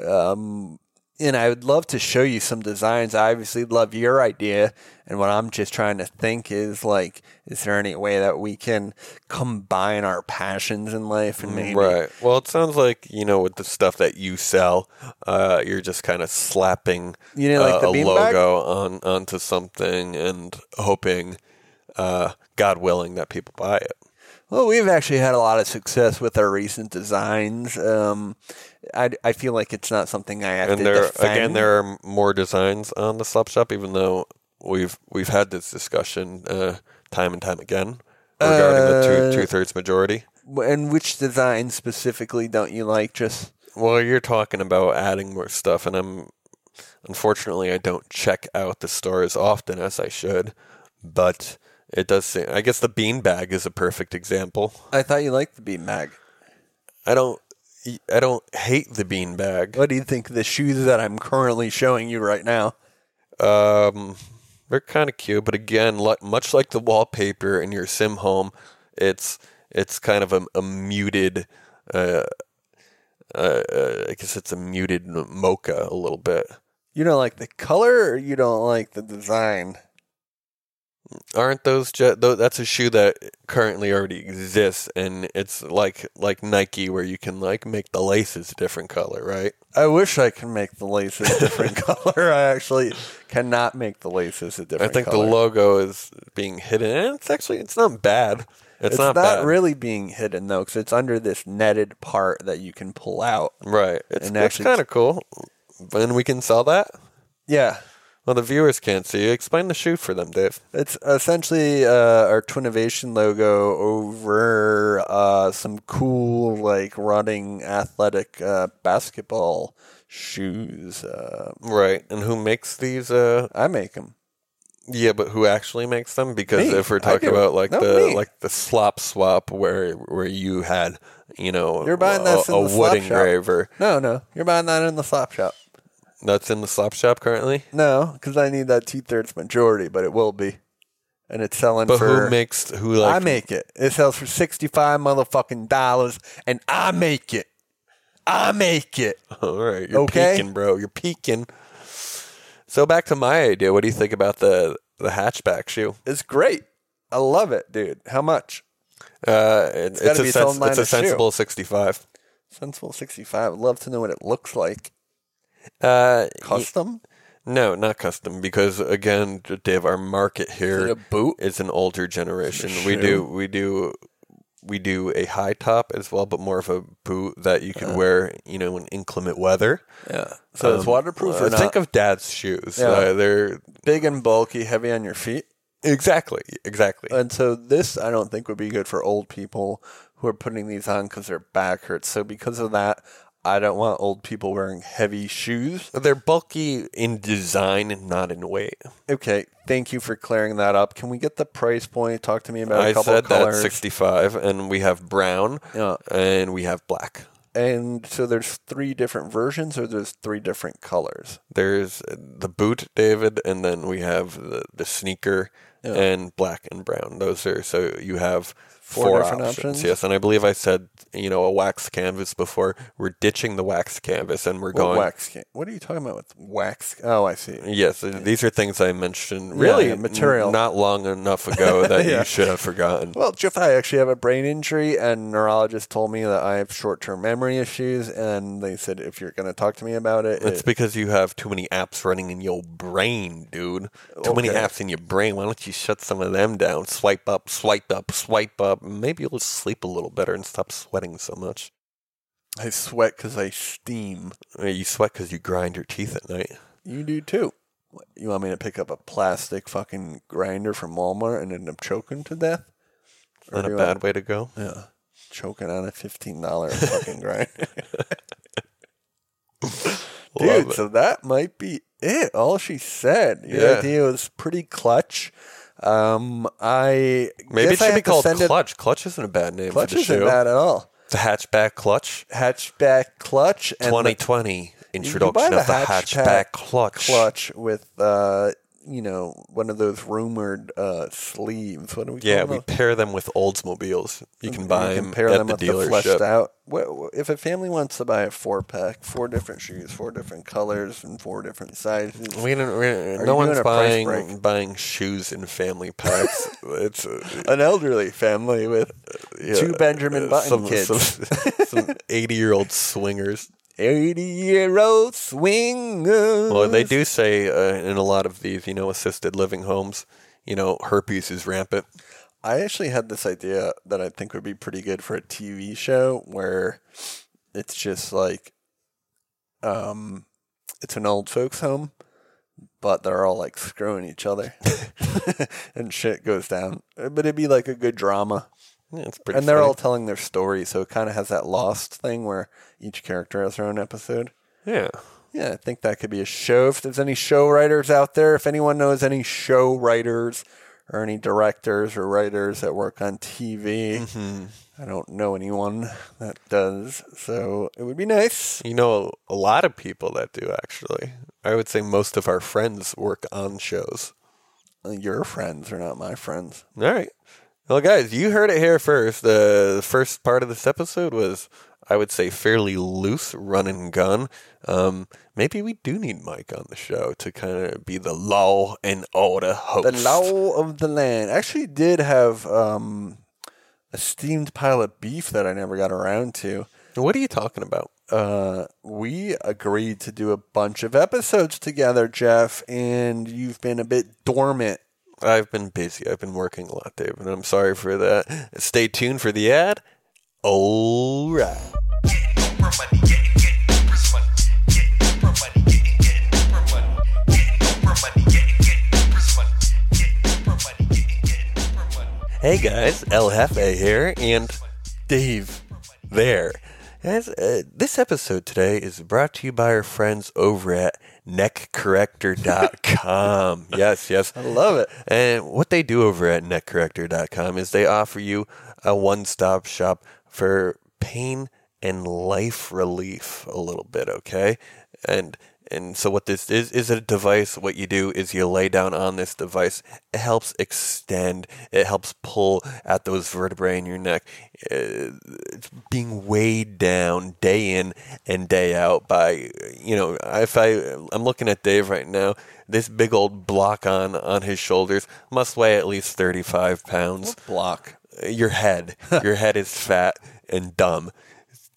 [SPEAKER 3] And I would love to show you some designs. I obviously love your idea, and what I'm just trying to think is like, is there any way that we can combine our passions in life and maybe
[SPEAKER 4] Mm, Right. Well, it sounds like you know with the stuff that you sell, uh, you're just kind of slapping
[SPEAKER 3] You know, like
[SPEAKER 4] uh,
[SPEAKER 3] the
[SPEAKER 4] a
[SPEAKER 3] beanbag?
[SPEAKER 4] logo on onto something and hoping, uh, God willing, that people buy it.
[SPEAKER 3] Well, we've actually had a lot of success with our recent designs. Um, I, I feel like it's not something I have
[SPEAKER 4] And
[SPEAKER 3] to
[SPEAKER 4] there
[SPEAKER 3] defend.
[SPEAKER 4] again, there are more designs on the slop shop, even though we've we've had this discussion uh, time and time again regarding the
[SPEAKER 3] Uh,
[SPEAKER 4] two two thirds majority.
[SPEAKER 3] And which design specifically don't you like? Just
[SPEAKER 4] Well, you're talking about adding more stuff, and I'm Unfortunately, I don't check out the store as often as I should, but it does seem. I guess the beanbag is a perfect example.
[SPEAKER 3] I thought you liked the bean bag.
[SPEAKER 4] I don't. I don't hate the beanbag.
[SPEAKER 3] What do you think of the shoes that I'm currently showing you right now?
[SPEAKER 4] Um, they're kind of cute, but again, like, much like the wallpaper in your sim home, it's it's kind of a, a muted. Uh, uh, uh, I guess it's a muted m- mocha a little bit.
[SPEAKER 3] You don't like the color or you don't like the design?
[SPEAKER 4] Aren't those just? Though that's a shoe that currently already exists, and it's like like Nike, where you can like make the laces a different color, right?
[SPEAKER 3] I wish I could make the laces a different color. I actually cannot make the laces a
[SPEAKER 4] I
[SPEAKER 3] different
[SPEAKER 4] think
[SPEAKER 3] color.
[SPEAKER 4] the logo is being hidden, and it's actually it's not bad. It's,
[SPEAKER 3] It's,
[SPEAKER 4] not,
[SPEAKER 3] not,
[SPEAKER 4] bad,
[SPEAKER 3] really being hidden though, because it's under this netted part that you can pull out.
[SPEAKER 4] right? It's,
[SPEAKER 3] And
[SPEAKER 4] it's
[SPEAKER 3] actually-
[SPEAKER 4] kind of cool, and we can sell that.
[SPEAKER 3] Yeah,
[SPEAKER 4] Well, the viewers can't see. Explain the shoe for them, Dave.
[SPEAKER 3] It's essentially uh, our Twinnovation logo over uh, some cool, like running athletic uh, basketball shoes. Uh,
[SPEAKER 4] Right, and who makes these? Uh,
[SPEAKER 3] I make them.
[SPEAKER 4] yeah, but who actually makes them? Because
[SPEAKER 3] Me.
[SPEAKER 4] if we're
[SPEAKER 3] I
[SPEAKER 4] talking
[SPEAKER 3] do.
[SPEAKER 4] about like
[SPEAKER 3] No,
[SPEAKER 4] the
[SPEAKER 3] me.
[SPEAKER 4] like the slop swap, where where you had you know
[SPEAKER 3] You're buying
[SPEAKER 4] a,
[SPEAKER 3] this in
[SPEAKER 4] a
[SPEAKER 3] the slop
[SPEAKER 4] wood
[SPEAKER 3] shop.
[SPEAKER 4] engraver
[SPEAKER 3] No, no, you're buying that in the slop shop.
[SPEAKER 4] that's in the slop shop currently.
[SPEAKER 3] No, because I need that two thirds majority, but it will be, and it's selling
[SPEAKER 4] But
[SPEAKER 3] for.
[SPEAKER 4] who makes who like
[SPEAKER 3] I make it. It sells for sixty five motherfucking dollars, and I make it. I make it.
[SPEAKER 4] All right, you're
[SPEAKER 3] Okay?
[SPEAKER 4] peeking, bro. You're peeking. So back to my idea. What do you think about the the hatchback shoe?
[SPEAKER 3] It's great. I love it, dude. How much?
[SPEAKER 4] Uh, it- it's
[SPEAKER 3] gotta
[SPEAKER 4] a
[SPEAKER 3] be its
[SPEAKER 4] sens-
[SPEAKER 3] own line
[SPEAKER 4] it's a
[SPEAKER 3] of shoe.
[SPEAKER 4] sensible sixty-five.
[SPEAKER 3] Sensible 65. I'd love to know what it looks like.
[SPEAKER 4] Uh,
[SPEAKER 3] Custom?
[SPEAKER 4] no, not custom because again, Dave, our market here
[SPEAKER 3] Is it a boot?
[SPEAKER 4] is an older generation.
[SPEAKER 3] Is it a
[SPEAKER 4] We
[SPEAKER 3] shoe?
[SPEAKER 4] do we do we do a high top as well, but more of a boot that you can wear, you know, in inclement weather.
[SPEAKER 3] Uh. Yeah. So it's
[SPEAKER 4] Um,
[SPEAKER 3] waterproof
[SPEAKER 4] uh,
[SPEAKER 3] or not?
[SPEAKER 4] Think of dad's shoes.
[SPEAKER 3] Yeah.
[SPEAKER 4] Uh, they're
[SPEAKER 3] big and bulky, heavy on your feet.
[SPEAKER 4] exactly exactly.
[SPEAKER 3] And so this, I don't think, would be good for old people who are putting these on because their back hurts. So because of that, I don't want old people wearing heavy shoes.
[SPEAKER 4] They're bulky in design and not in weight.
[SPEAKER 3] Okay. Thank you for clearing that up. Can we get the price point? Talk to me about a
[SPEAKER 4] I
[SPEAKER 3] couple
[SPEAKER 4] said that
[SPEAKER 3] colors.
[SPEAKER 4] 65, and we have brown,
[SPEAKER 3] Yeah.
[SPEAKER 4] and we have black.
[SPEAKER 3] And so there's three different versions, or there's three different colors.
[SPEAKER 4] There's the boot, David, and then we have the, the sneaker and black and brown. Those are so you have four,
[SPEAKER 3] Four different options?
[SPEAKER 4] Yes, and I believe I said you know a wax canvas before. We're ditching the wax canvas, and we're
[SPEAKER 3] What
[SPEAKER 4] going.
[SPEAKER 3] wax? Can- what are you talking about with wax? Oh, I see.
[SPEAKER 4] Yes, these are things I mentioned really
[SPEAKER 3] yeah, material.
[SPEAKER 4] n- not long enough ago that
[SPEAKER 3] Yeah.
[SPEAKER 4] you should have forgotten.
[SPEAKER 3] Well, Jeff, I actually have a brain injury, and neurologist told me that I have short-term memory issues, and they said if you're going to talk to me about it,
[SPEAKER 4] It's
[SPEAKER 3] it
[SPEAKER 4] because you have too many apps running in your brain, dude. Too many
[SPEAKER 3] Okay.
[SPEAKER 4] apps in your brain. Why don't you shut some of them down? Swipe up, swipe up, swipe up. Maybe you'll sleep a little better and stop sweating so much.
[SPEAKER 3] I sweat because I steam.
[SPEAKER 4] Uh, You sweat because you grind your teeth at night.
[SPEAKER 3] You do too. What, You want me to pick up a plastic fucking grinder from Walmart and end up choking to death?
[SPEAKER 4] Not
[SPEAKER 3] Or do
[SPEAKER 4] a
[SPEAKER 3] you
[SPEAKER 4] bad
[SPEAKER 3] want
[SPEAKER 4] way to go.
[SPEAKER 3] choking on a fifteen dollar fucking grinder,
[SPEAKER 4] Love
[SPEAKER 3] dude.
[SPEAKER 4] it.
[SPEAKER 3] So that might be it. All she said. Your
[SPEAKER 4] Yeah.
[SPEAKER 3] idea was pretty clutch. Um, I
[SPEAKER 4] Maybe it
[SPEAKER 3] guess I
[SPEAKER 4] should be
[SPEAKER 3] have to
[SPEAKER 4] called
[SPEAKER 3] send it-
[SPEAKER 4] clutch. clutch isn't a bad name
[SPEAKER 3] Clutch
[SPEAKER 4] for the
[SPEAKER 3] isn't
[SPEAKER 4] shoe.
[SPEAKER 3] bad at all.
[SPEAKER 4] The hatchback clutch.
[SPEAKER 3] hatchback clutch and the
[SPEAKER 4] 2020
[SPEAKER 3] buy
[SPEAKER 4] introduction
[SPEAKER 3] the
[SPEAKER 4] of the
[SPEAKER 3] hatchback
[SPEAKER 4] hatchback, clutch.
[SPEAKER 3] clutch with uh you know one of those rumored uh sleeves. What do we call
[SPEAKER 4] Yeah, we
[SPEAKER 3] them?
[SPEAKER 4] pair them with Oldsmobiles. You can buy
[SPEAKER 3] You
[SPEAKER 4] them
[SPEAKER 3] can pair
[SPEAKER 4] at
[SPEAKER 3] them
[SPEAKER 4] the
[SPEAKER 3] with the
[SPEAKER 4] dealership.
[SPEAKER 3] fleshed out. Wh- wh- If a family wants to buy a four pack, four different shoes, four different colors, and four different sizes,
[SPEAKER 4] We didn't. We,
[SPEAKER 3] you
[SPEAKER 4] no
[SPEAKER 3] doing
[SPEAKER 4] one's
[SPEAKER 3] a price
[SPEAKER 4] buying
[SPEAKER 3] break?
[SPEAKER 4] buying shoes in family packs. it's uh,
[SPEAKER 3] an elderly family with
[SPEAKER 4] yeah,
[SPEAKER 3] two Benjamin
[SPEAKER 4] uh,
[SPEAKER 3] Button
[SPEAKER 4] some,
[SPEAKER 3] kids,
[SPEAKER 4] some eighty year old swingers.
[SPEAKER 3] eighty year old swingers.
[SPEAKER 4] Well, they do say uh, in a lot of these, you know, assisted living homes, you know, herpes is rampant.
[SPEAKER 3] I actually had this idea that I think would be pretty good for a TV show where it's just like um it's an old folks home but they're all like screwing each other and shit goes down. But it'd be like a good drama.
[SPEAKER 4] Yeah, it's pretty.
[SPEAKER 3] And they're
[SPEAKER 4] funny.
[SPEAKER 3] all telling their story, so it kind of has that lost thing where each character has their own episode.
[SPEAKER 4] yeah.
[SPEAKER 3] Yeah, I think that could be a show. If there's any show writers out there, if anyone knows any show writers or any directors or writers that work on TV, I don't know anyone that does. So it would be nice.
[SPEAKER 4] You know, a lot of people that do actually. I would say most of our friends work on shows.
[SPEAKER 3] Your friends are not my friends.
[SPEAKER 4] All right. Well, guys, you heard it here first. The first part of this episode was, I would say, fairly loose, run and gun. Um, maybe we do need Mike on the show to kind of be the law and order host.
[SPEAKER 3] The law of the land. I actually did have um, a steamed pile of beef that I never got around to.
[SPEAKER 4] What are you talking about?
[SPEAKER 3] uh, we agreed to do a bunch of episodes together, Jeff, and you've been a bit dormant.
[SPEAKER 4] I've been busy. I've been working a lot, David. and I'm sorry for that. Stay tuned for the ad. All right.
[SPEAKER 2] Getting Oprah money, getting, getting Oprah's money. Getting Oprah money, getting, getting Oprah money. Getting Oprah money, getting, getting Oprah's money. Getting Oprah money, getting, getting Oprah money.
[SPEAKER 4] Hey guys, El Jefe here, and Dave there. Guys, uh, this episode today is brought to you by our friends over at neckcorrector.com. yes, yes. I
[SPEAKER 3] love it.
[SPEAKER 4] And what they do over at neckcorrector.com is they offer you a one stop shop for pain and life relief a little bit, okay? And and so what this is is a device what you do is you lay down on this device it helps extend it helps pull at those vertebrae in your neck Uh, it's being weighed down day in and day out by you know if i i'm looking at dave right now this big old block on on his shoulders must weigh at least 35 pounds
[SPEAKER 3] Block.
[SPEAKER 4] your head. your head is fat and dumb.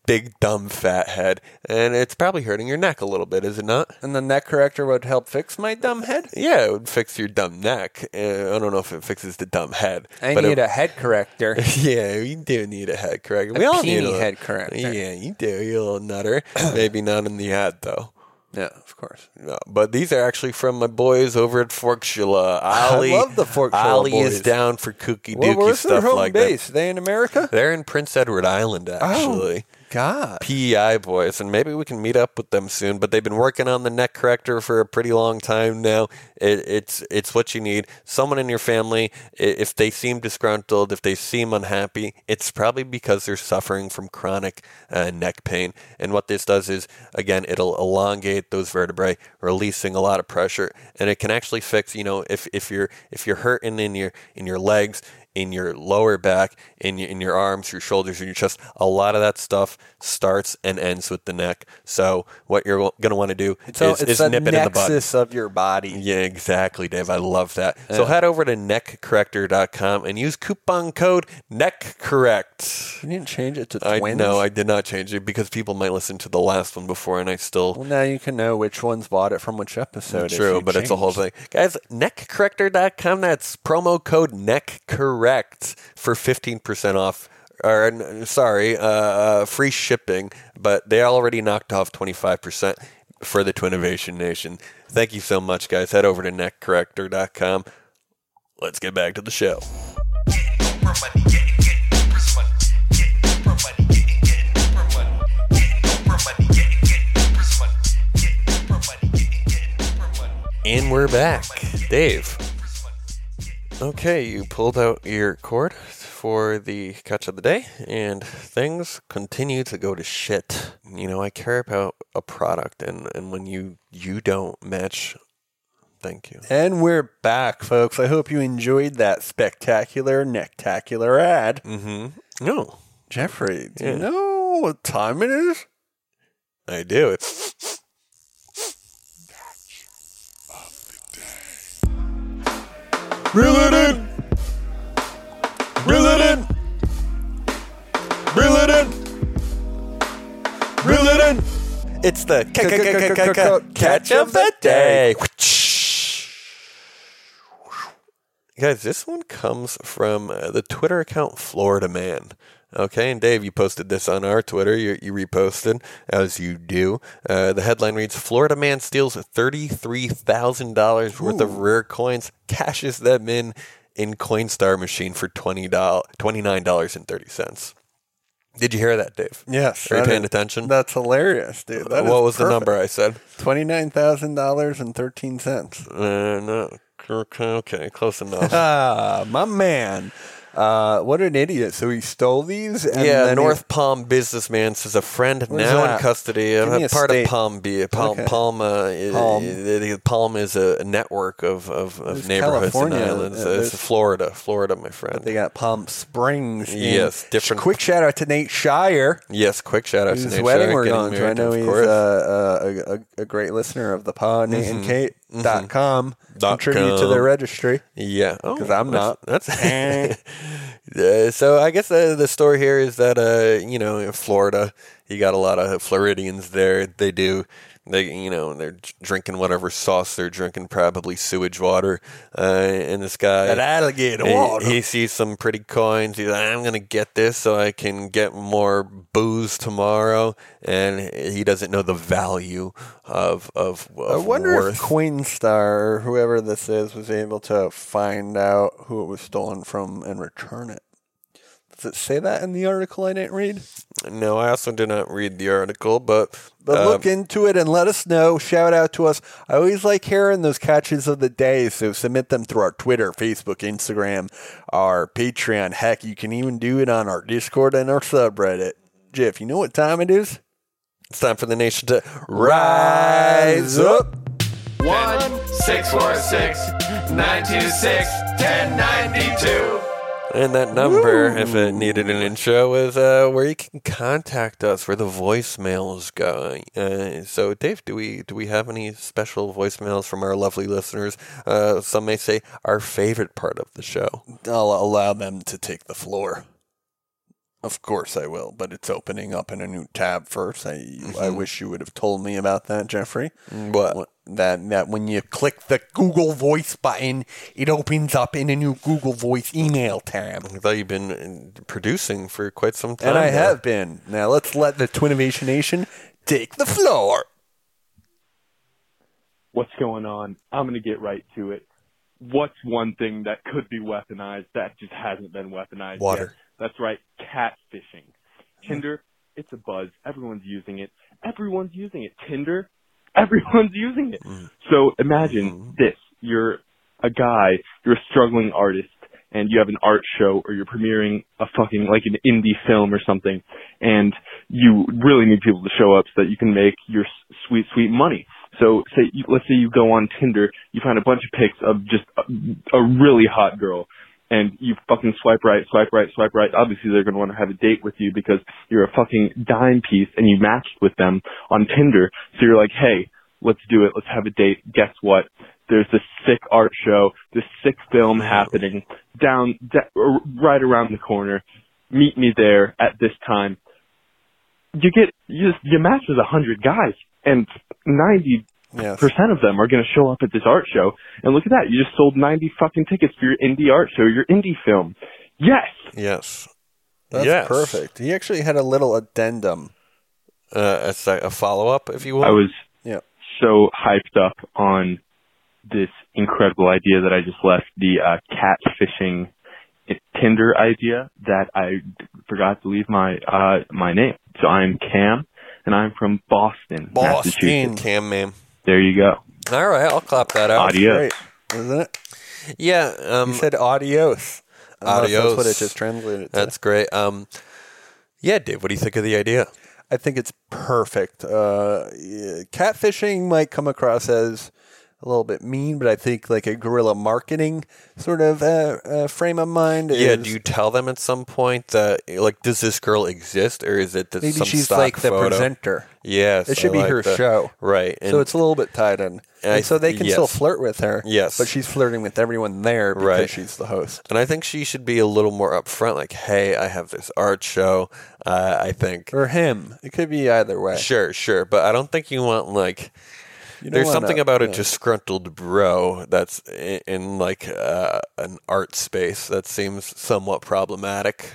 [SPEAKER 4] Big dumb fat head, and it's probably hurting your neck a little bit, is it not?
[SPEAKER 3] And the neck corrector would help fix my dumb head.
[SPEAKER 4] Yeah, it would fix your dumb neck. Uh, I don't know if it fixes the dumb head.
[SPEAKER 5] I
[SPEAKER 4] but
[SPEAKER 5] need
[SPEAKER 4] it,
[SPEAKER 5] a head corrector.
[SPEAKER 4] Yeah, you do need a head corrector. we all need
[SPEAKER 5] peeny
[SPEAKER 4] a
[SPEAKER 5] head corrector.
[SPEAKER 4] Yeah, you do. You little nutter. Maybe not in the ad though.
[SPEAKER 3] Yeah, of course.
[SPEAKER 4] No, but these are actually from my boys over at Forkshula. Ollie,
[SPEAKER 3] love the Forkshula
[SPEAKER 4] Ollie
[SPEAKER 3] boys.
[SPEAKER 4] is down for kooky
[SPEAKER 3] Well,
[SPEAKER 4] dookie
[SPEAKER 3] where's their
[SPEAKER 4] stuff
[SPEAKER 3] home
[SPEAKER 4] like that.
[SPEAKER 3] base? Oh, They in America?
[SPEAKER 4] They're in Prince Edward Island, actually.
[SPEAKER 3] God.
[SPEAKER 4] PEI boys, E and maybe we can meet up with them soon. But they've been working on the neck corrector for a pretty long time now. It, it's it's what you need. Someone in your family, i- if they seem disgruntled, if they seem unhappy, it's probably because they're suffering from chronic uh, neck pain. And what this does is, again, it'll elongate those vertebrae, releasing a lot of pressure, and it can actually fix. You know, if if you're if you're hurting in your in your legs, in your lower back, in your, in your arms, your shoulders, and your chest. A lot of that stuff starts and ends with the neck. So what you're going to want to do
[SPEAKER 3] So
[SPEAKER 4] is,
[SPEAKER 3] it's
[SPEAKER 4] is
[SPEAKER 3] the
[SPEAKER 4] nip it in the bud.
[SPEAKER 3] nexus of your body.
[SPEAKER 4] Yeah, exactly, Dave. I love that. So head over to neckcorrector.com and use coupon code NECKCORRECT.
[SPEAKER 3] You didn't change it to
[SPEAKER 4] I
[SPEAKER 3] twins.
[SPEAKER 4] know I did not change it because people might listen to the last one before, and I still
[SPEAKER 3] well, now you can know which ones bought it from which episode. if
[SPEAKER 4] True,
[SPEAKER 3] you
[SPEAKER 4] but it's a whole
[SPEAKER 3] change.
[SPEAKER 4] thing. Guys, neckcorrector.com, that's promo code neckcorrect for 15% off. Or, n- sorry, uh, uh, free shipping, but they already knocked off 25% for the Twinnovation Nation. Thank you so much, guys. Head over to neckcorrector.com. Let's get back to the show.
[SPEAKER 2] Getting Oprah money, getting, getting Oprah's money. Getting Oprah money, getting, getting Oprah money. Getting Oprah money, getting, getting Oprah's money. Getting Oprah money, getting, getting Oprah money.
[SPEAKER 4] And we're back. Dave.
[SPEAKER 2] Oprah's money. Getting
[SPEAKER 4] Okay, you pulled out your cord for the catch of the day, and things continue to go to shit. You know, I care about a product, and, and when you you don't match, thank you.
[SPEAKER 3] And we're back, folks. I hope you enjoyed that spectacular, necktacular ad.
[SPEAKER 4] No,
[SPEAKER 3] Mm-hmm. Jeffrey, do
[SPEAKER 4] Yeah.
[SPEAKER 3] you know what time it is?
[SPEAKER 4] I do.
[SPEAKER 3] Reel it in. Reel it in. Reel it in. Reel it in.
[SPEAKER 4] It's the ca-
[SPEAKER 3] ca- ca- ca- ca-
[SPEAKER 4] catch of the day. Guys, this one comes from uh, the Twitter account Florida Man. Okay, and Dave, you posted this on our Twitter. You, you reposted, as you do. Uh, the headline reads Florida Man steals $33,000 worth of rare coins, cashes them in in Coinstar machine for $20, $29.30. Did you hear that, Dave?
[SPEAKER 3] Yes.
[SPEAKER 4] Are you
[SPEAKER 3] that
[SPEAKER 4] paying
[SPEAKER 3] is-
[SPEAKER 4] attention?
[SPEAKER 3] That's hilarious, dude. That is
[SPEAKER 4] what was the
[SPEAKER 3] perfect.
[SPEAKER 4] number I said?
[SPEAKER 3] $29,000.13.
[SPEAKER 4] Uh, no. Okay, close enough.
[SPEAKER 3] Ah, my man. Uh, what an idiot. So he stole these? And
[SPEAKER 4] yeah,
[SPEAKER 3] then he-
[SPEAKER 4] North Palm businessman says a friend now
[SPEAKER 3] that?
[SPEAKER 4] in custody of
[SPEAKER 3] Give me
[SPEAKER 4] a
[SPEAKER 3] a
[SPEAKER 4] part
[SPEAKER 3] state.
[SPEAKER 4] of Palm Beach. Palm,
[SPEAKER 3] Okay.
[SPEAKER 4] Palm, uh, i-
[SPEAKER 3] Palm.
[SPEAKER 4] i- the- Palm is a network of, of,
[SPEAKER 3] There's
[SPEAKER 4] of neighborhoods
[SPEAKER 3] California,
[SPEAKER 4] and islands.
[SPEAKER 3] uh,
[SPEAKER 4] it's
[SPEAKER 3] there's-
[SPEAKER 4] Florida, Florida, my friend.
[SPEAKER 3] They got Palm Springs. in-
[SPEAKER 4] Yes, different-
[SPEAKER 3] Quick shout out to Nate Shire.
[SPEAKER 4] yes, quick shout out to
[SPEAKER 3] whose
[SPEAKER 4] Nate
[SPEAKER 3] wedding
[SPEAKER 4] Sherrick
[SPEAKER 3] we're
[SPEAKER 4] getting
[SPEAKER 3] going to. I
[SPEAKER 4] married,
[SPEAKER 3] know
[SPEAKER 4] of
[SPEAKER 3] he's
[SPEAKER 4] course. Mm-hmm.
[SPEAKER 3] uh, uh, a, a, a great listener of the pod, nateandkate.com. Dot com.
[SPEAKER 4] Dot
[SPEAKER 3] Contribute to
[SPEAKER 4] com.
[SPEAKER 3] their registry.
[SPEAKER 4] Yeah,
[SPEAKER 3] 'Cause
[SPEAKER 4] Oh,
[SPEAKER 3] I'm not.
[SPEAKER 4] That's, that's Uh, so I guess uh, the story here is that uh, you know in Florida, you got a lot of Floridians there. They do. They, you know, they're d- drinking whatever sauce they're drinking, probably sewage water. Uh, and this guy,
[SPEAKER 3] alligator
[SPEAKER 4] he- He, sees some pretty coins. He's like, I'm going to get this so I can get more booze tomorrow. And he doesn't know the value of of, of
[SPEAKER 3] I wonder
[SPEAKER 4] worth.
[SPEAKER 3] if Coinstar or whoever this is was able to find out who it was stolen from and return it. Does it say that in the article I didn't read?
[SPEAKER 4] no, I also did not read the article, but
[SPEAKER 3] But
[SPEAKER 4] uh,
[SPEAKER 3] look into it and let us know. Shout out to us. I always like hearing those catches of the day, so submit them through our Twitter, Facebook, Instagram, our Patreon. Heck, you can even do it on our Discord and our subreddit. Jeff, you know what time it is?
[SPEAKER 4] It's time for the nation to rise up.
[SPEAKER 2] One six four six nine two six ten ninety two.
[SPEAKER 4] And that number, if it needed an intro, is uh, where you can contact us, where the voicemails go. Uh, so, Dave, do we do we have any special voicemails from our lovely listeners? Uh, some may say our favorite part of the show.
[SPEAKER 3] I'll allow them to take the floor. Of course I will, but it's opening up in a new tab first. I I wish you would have told me about that, Jeffrey.
[SPEAKER 4] Mm-hmm. Mm, What?
[SPEAKER 3] That that when you click the Google Voice button, it opens up in a new Google Voice email tab.
[SPEAKER 4] I thought you've been uh, producing for quite some time.
[SPEAKER 3] And I
[SPEAKER 4] now.
[SPEAKER 3] have been. Now let's let the Twinnovation Nation take the floor.
[SPEAKER 5] what's going on. I'm going to get right to it. What's one thing that could be weaponized that just hasn't been weaponized?
[SPEAKER 4] Water.
[SPEAKER 5] Yet? That's right, catfishing. Tinder, it's a buzz. Everyone's using it. Everyone's using it. Tinder, everyone's using it. So imagine this. You're a guy, you're a struggling artist, and you have an art show or you're premiering a fucking, like an indie film or something, and you really need people to show up so that you can make your s- sweet, sweet money. So say, you, let's say you go on Tinder, you find a bunch of pics of just a, a really hot girl, and you fucking swipe right, swipe right, swipe right. Obviously, they're going to want to have a date with you because you're a fucking dime piece and you matched with them on Tinder. So you're like, hey, let's do it. Let's have a date. Guess what? There's this sick art show, this sick film happening down da- r- right around the corner. Meet me there at this time you get you just, you match with a hundred guys, and ninety
[SPEAKER 3] Yes.
[SPEAKER 5] percent of them are going to show up at this art show. And look at that, you just sold ninety fucking tickets for your indie art show, your indie film. Yes,
[SPEAKER 4] Yes.
[SPEAKER 3] That's
[SPEAKER 4] Yes.
[SPEAKER 3] perfect. He actually had a little addendum.
[SPEAKER 4] Uh, a, sec- a follow up, if you will.
[SPEAKER 5] I was
[SPEAKER 3] Yeah.
[SPEAKER 5] so hyped up on this incredible idea that I just left the uh, catfishing Tinder idea that I d- forgot to leave my uh, my name. So I'm Cam, and I'm from Boston, Massachusetts.
[SPEAKER 4] Boston Cam, man.
[SPEAKER 5] There you go.
[SPEAKER 4] All right, I'll clap that out.
[SPEAKER 5] Adios.
[SPEAKER 3] Great. Isn't it?
[SPEAKER 4] Yeah. Um,
[SPEAKER 3] He said adios. Unless Uh, That's
[SPEAKER 4] Adios.
[SPEAKER 3] what it just translated to.
[SPEAKER 4] That's great. Um, yeah, Dave, what do you think of the idea?
[SPEAKER 3] I think it's perfect. Uh, yeah, catfishing might come across as a little bit mean, but I think like a guerrilla marketing sort of uh, uh, frame of mind.
[SPEAKER 4] Yeah,
[SPEAKER 3] is
[SPEAKER 4] do you tell them at some point that like does this girl exist or is it that
[SPEAKER 3] maybe
[SPEAKER 4] some
[SPEAKER 3] she's
[SPEAKER 4] stock
[SPEAKER 3] like the
[SPEAKER 4] photo?
[SPEAKER 3] presenter,
[SPEAKER 4] Yes,
[SPEAKER 3] It should
[SPEAKER 4] I
[SPEAKER 3] be
[SPEAKER 4] like
[SPEAKER 3] her
[SPEAKER 4] that.
[SPEAKER 3] show.
[SPEAKER 4] right? And
[SPEAKER 3] so it's a little bit tied in,
[SPEAKER 4] And I
[SPEAKER 3] and so they can still
[SPEAKER 4] yes.
[SPEAKER 3] flirt with her.
[SPEAKER 4] Yes.
[SPEAKER 3] but she's flirting with everyone there because
[SPEAKER 4] Right.
[SPEAKER 3] she's the host.
[SPEAKER 4] and I think she should be a little more upfront. Like, hey, I have this art show. Uh, I think
[SPEAKER 3] Or him. It could be either way.
[SPEAKER 4] sure, sure, but I don't think you want like.
[SPEAKER 3] You don't
[SPEAKER 4] There's
[SPEAKER 3] wanna-
[SPEAKER 4] something about a
[SPEAKER 3] yeah.
[SPEAKER 4] disgruntled bro that's in, in like uh, an art space that seems somewhat problematic.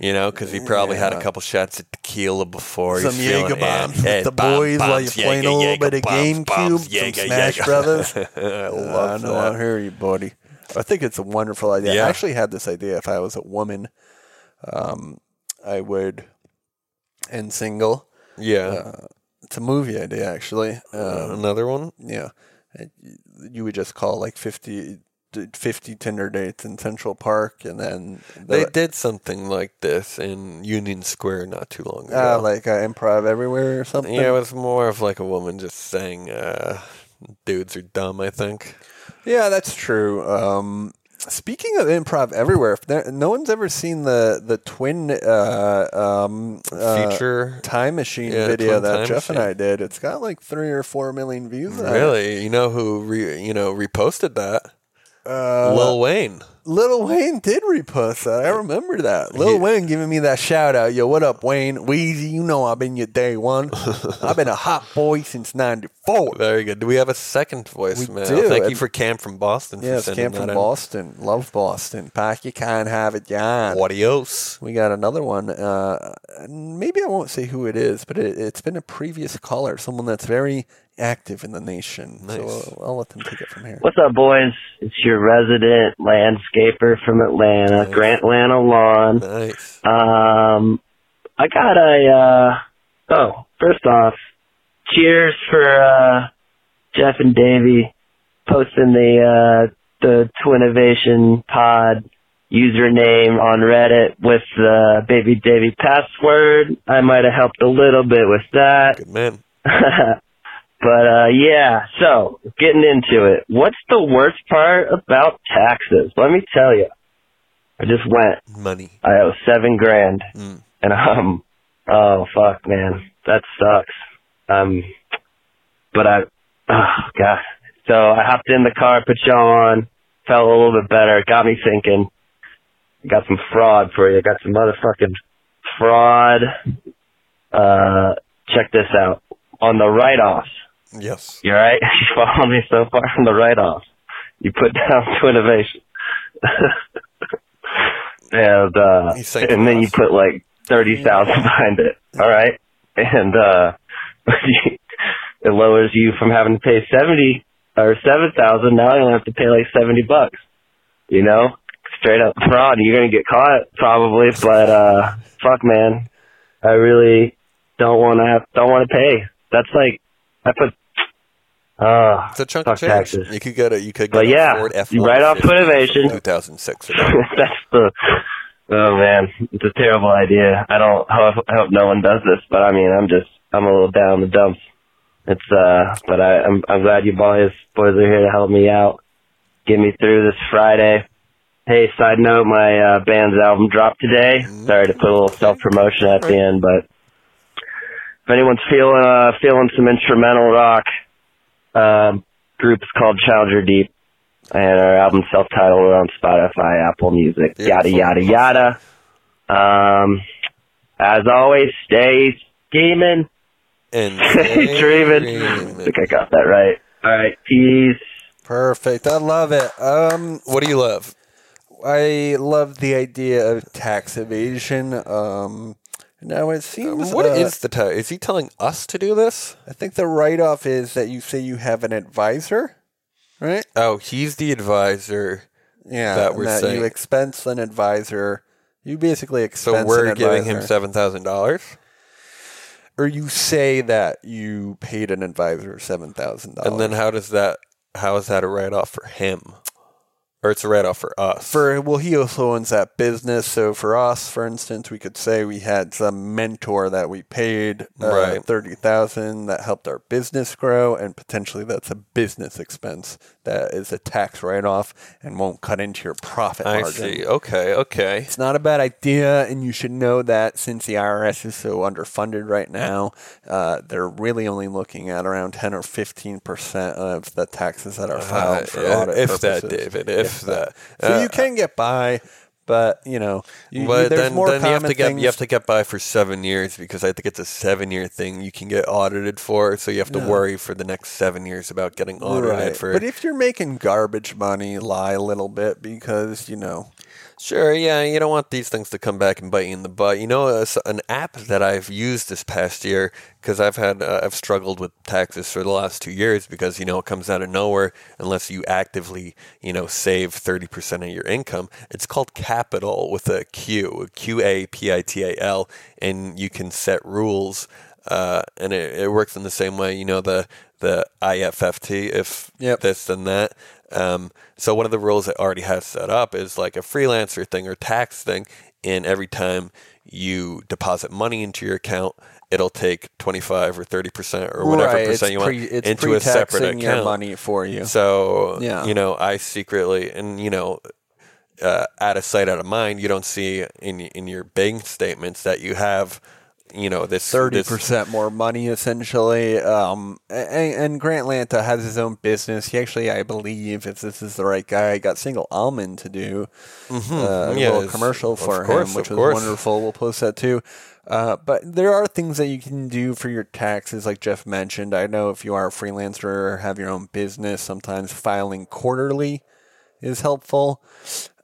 [SPEAKER 4] You know, because he probably had a couple shots at tequila before.
[SPEAKER 3] some
[SPEAKER 4] He's feeling
[SPEAKER 3] Jager bombs
[SPEAKER 4] it.
[SPEAKER 3] with
[SPEAKER 4] Eh,
[SPEAKER 3] the
[SPEAKER 4] bomb,
[SPEAKER 3] boys while you're
[SPEAKER 4] bombs,
[SPEAKER 3] playing
[SPEAKER 4] Jager,
[SPEAKER 3] a little
[SPEAKER 4] Jager,
[SPEAKER 3] bit of
[SPEAKER 4] bombs,
[SPEAKER 3] GameCube,
[SPEAKER 4] bombs,
[SPEAKER 3] some
[SPEAKER 4] Jager,
[SPEAKER 3] Smash
[SPEAKER 4] Jager.
[SPEAKER 3] Brothers.
[SPEAKER 4] I
[SPEAKER 3] I
[SPEAKER 4] love
[SPEAKER 3] know.
[SPEAKER 4] that.
[SPEAKER 3] I hear you, buddy. I think it's a wonderful idea.
[SPEAKER 4] Yeah.
[SPEAKER 3] I actually had this idea. If I was a woman, um, I would and single. uh,
[SPEAKER 4] Yeah.
[SPEAKER 3] It's a movie idea, actually.
[SPEAKER 4] Uh,
[SPEAKER 3] Um,
[SPEAKER 4] another one?
[SPEAKER 3] yeah. Uh, You would just call like 50, d- 50 Tinder dates in Central Park, and then
[SPEAKER 4] They
[SPEAKER 3] the-
[SPEAKER 4] did something like this in Union Square not too long ago.
[SPEAKER 3] uh, like uh, improv everywhere or something.
[SPEAKER 4] yeah, it was more of like a woman just saying, uh, dudes are dumb, I think.
[SPEAKER 3] Yeah, that's true. Um, speaking of improv everywhere, if there, no one's ever seen the the twin uh, um, uh,
[SPEAKER 4] Feature.
[SPEAKER 3] time machine
[SPEAKER 4] Yeah,
[SPEAKER 3] video
[SPEAKER 4] Twin
[SPEAKER 3] that
[SPEAKER 4] Time
[SPEAKER 3] Jeff and
[SPEAKER 4] Machine.
[SPEAKER 3] I did. It's got like three or four million views. on it.
[SPEAKER 4] Really? You know who re- you know reposted that?
[SPEAKER 3] Uh,
[SPEAKER 4] Lil Wayne.
[SPEAKER 3] Lil Wayne did repost that. I remember that. Lil
[SPEAKER 4] Yeah.
[SPEAKER 3] Wayne giving me that shout out. Yo, what up, Wayne? Weezy, you know I've been your day one. I've been a hot boy since '94.
[SPEAKER 4] Very good. Do we have a second voicemail?
[SPEAKER 3] do.
[SPEAKER 4] Thank you
[SPEAKER 3] It-
[SPEAKER 4] for Cam from Boston. for
[SPEAKER 3] Yes,
[SPEAKER 4] sending
[SPEAKER 3] came from
[SPEAKER 4] that in.
[SPEAKER 3] Boston. Love Boston. Pack, you can't have it, John.
[SPEAKER 4] Adios.
[SPEAKER 3] We got another one. Uh, maybe I won't say who it is, but it, it's been a previous caller, someone that's very active in the nation. So
[SPEAKER 4] Nice.
[SPEAKER 3] I'll, I'll let them take it from here.
[SPEAKER 6] What's up, boys? It's your resident landscaper from Atlanta,
[SPEAKER 4] Nice.
[SPEAKER 6] Grant Lana Lawn.
[SPEAKER 4] Nice.
[SPEAKER 6] Um, I got a, uh, oh, first off, cheers for, uh, Jeff and Davey posting the, uh, the Twinnovation pod username on Reddit with the Baby Davey password. I might have helped a little bit with that.
[SPEAKER 4] Good man.
[SPEAKER 6] but uh yeah, so getting into it. What's the worst part about taxes? Let me tell you. I just went.
[SPEAKER 4] Money.
[SPEAKER 6] I owe Uh, seven grand,
[SPEAKER 4] Mm.
[SPEAKER 6] and um, oh fuck, man, that sucks. Um, but I, oh god. So I hopped in the car, put y'all on, felt a little bit better, got me thinking. Got some fraud for you. Got some motherfucking fraud. Uh, check this out on the write-offs.
[SPEAKER 4] Yes.
[SPEAKER 6] You alright? You follow me so far on the write off. You put down to innovation. and uh
[SPEAKER 4] He's saying
[SPEAKER 6] and then you
[SPEAKER 4] for
[SPEAKER 6] put like thirty thousand behind it. Alright? And uh it lowers you from having to pay seventy or seven thousand, now you only have to pay like seventy bucks. You know? Straight up fraud. You're gonna get caught probably, but uh fuck man. I really don't wanna have don't wanna pay. That's like I put uh
[SPEAKER 4] It's a chunk
[SPEAKER 6] Fuck
[SPEAKER 4] of change.
[SPEAKER 6] taxes.
[SPEAKER 4] You could get a you could get
[SPEAKER 6] But
[SPEAKER 4] a
[SPEAKER 6] yeah,
[SPEAKER 4] Ford F
[SPEAKER 6] you write off Innovation.
[SPEAKER 4] two thousand six.
[SPEAKER 6] that's the oh man, it's a terrible idea. I don't I hope, I hope no one does this, but I mean, I'm just I'm a little down in the dumps. It's uh, but I I'm, I'm glad you boys boys are here to help me out, get me through this Friday. Hey, side note, my uh, band's album dropped today. Sorry to put a little self promotion at the end, but if anyone's feeling uh, feeling some instrumental rock, um, group is called Challenger Deep. And our album self-titled we're on Spotify, Apple Music, yada yada
[SPEAKER 4] Beautiful.
[SPEAKER 6] yada. Um, as always, stay scheming,
[SPEAKER 4] And
[SPEAKER 6] stay dreaming. I think I got that right. All right, peace.
[SPEAKER 3] Perfect. I love it. Um,
[SPEAKER 4] What do you love?
[SPEAKER 3] I love the idea of tax evasion. Um, now it seems
[SPEAKER 4] Um, What
[SPEAKER 3] uh,
[SPEAKER 4] is the ta- is he telling us to do this?
[SPEAKER 3] I think the write off is that you say you have an advisor, right?
[SPEAKER 4] Oh, he's the advisor.
[SPEAKER 3] Yeah,
[SPEAKER 4] That
[SPEAKER 3] and
[SPEAKER 4] we're
[SPEAKER 3] you
[SPEAKER 4] saying.
[SPEAKER 3] expense an advisor. You basically
[SPEAKER 4] So
[SPEAKER 3] expense.
[SPEAKER 4] we're
[SPEAKER 3] an
[SPEAKER 4] giving him
[SPEAKER 3] advisor.
[SPEAKER 4] seven thousand dollars.
[SPEAKER 3] or you say that you paid an advisor seven thousand dollars,
[SPEAKER 4] And then how does that how is that a write off for him? Or it's a write off for us.
[SPEAKER 3] for well, he also owns that business. So for us, for instance, we could say we had some mentor that we paid uh,
[SPEAKER 4] Right.
[SPEAKER 3] thirty thousand that helped our business grow, and potentially that's a business expense that is a tax write off and won't cut into your profit
[SPEAKER 4] I
[SPEAKER 3] margin.
[SPEAKER 4] see. Okay, okay.
[SPEAKER 3] It's not a bad idea, and you should know that since the IRS is so underfunded right now, uh, they're really only looking at around 10 or 15% of the taxes that are filed
[SPEAKER 4] Uh,
[SPEAKER 3] for
[SPEAKER 4] yeah,
[SPEAKER 3] audit
[SPEAKER 4] if that,
[SPEAKER 3] purposes.
[SPEAKER 4] David, if that.
[SPEAKER 3] So
[SPEAKER 4] Uh,
[SPEAKER 3] you can get by, but, you know, you,
[SPEAKER 4] But
[SPEAKER 3] there's
[SPEAKER 4] then,
[SPEAKER 3] more
[SPEAKER 4] then you have
[SPEAKER 3] common
[SPEAKER 4] to get
[SPEAKER 3] things.
[SPEAKER 4] you have to get by for seven years because I think it's a seven year thing you can get audited for, so you have to worry for the next seven years about getting audited
[SPEAKER 3] Right.
[SPEAKER 4] for
[SPEAKER 3] But if you're making garbage money, lie a little bit because, you know,
[SPEAKER 4] Sure, yeah, you don't want these things to come back and bite you in the butt. You know, it's an app that I've used this past year because I've had uh, I've struggled with taxes for the last two years because you know it comes out of nowhere unless you actively you know save thirty percent of your income. It's called Capital with a Q, Q A P I T A L, and you can set rules. Uh, and it, it works in the same way, you know, the the IFFT, if
[SPEAKER 3] Yep.
[SPEAKER 4] this then that. Um, so one of the rules I already have set up is like a freelancer thing or tax thing, and every time you deposit money into your account, it'll take twenty five or thirty percent or whatever
[SPEAKER 3] Right,
[SPEAKER 4] percent
[SPEAKER 3] it's
[SPEAKER 4] you want
[SPEAKER 3] pre- it's
[SPEAKER 4] into a separate
[SPEAKER 3] pre-taxing
[SPEAKER 4] account.
[SPEAKER 3] your money for you.
[SPEAKER 4] So
[SPEAKER 3] Yeah.
[SPEAKER 4] you know, I secretly and you know uh, out of sight, out of mind. You don't see in in your bank statements that you have, you know, this
[SPEAKER 3] thirty
[SPEAKER 4] this-
[SPEAKER 3] percent more money essentially. Um, and, and Grant Lanta has his own business. He actually, I believe, if this is the right guy, got Single Almond to do uh, a
[SPEAKER 4] Yeah,
[SPEAKER 3] little
[SPEAKER 4] it's-
[SPEAKER 3] commercial
[SPEAKER 4] Mm-hmm. of
[SPEAKER 3] for
[SPEAKER 4] course,
[SPEAKER 3] him, which
[SPEAKER 4] of
[SPEAKER 3] was
[SPEAKER 4] course.
[SPEAKER 3] wonderful. We'll post that too. Uh, but there are things that you can do for your taxes, like Jeff mentioned. I know if you are a freelancer or have your own business, sometimes filing quarterly is helpful.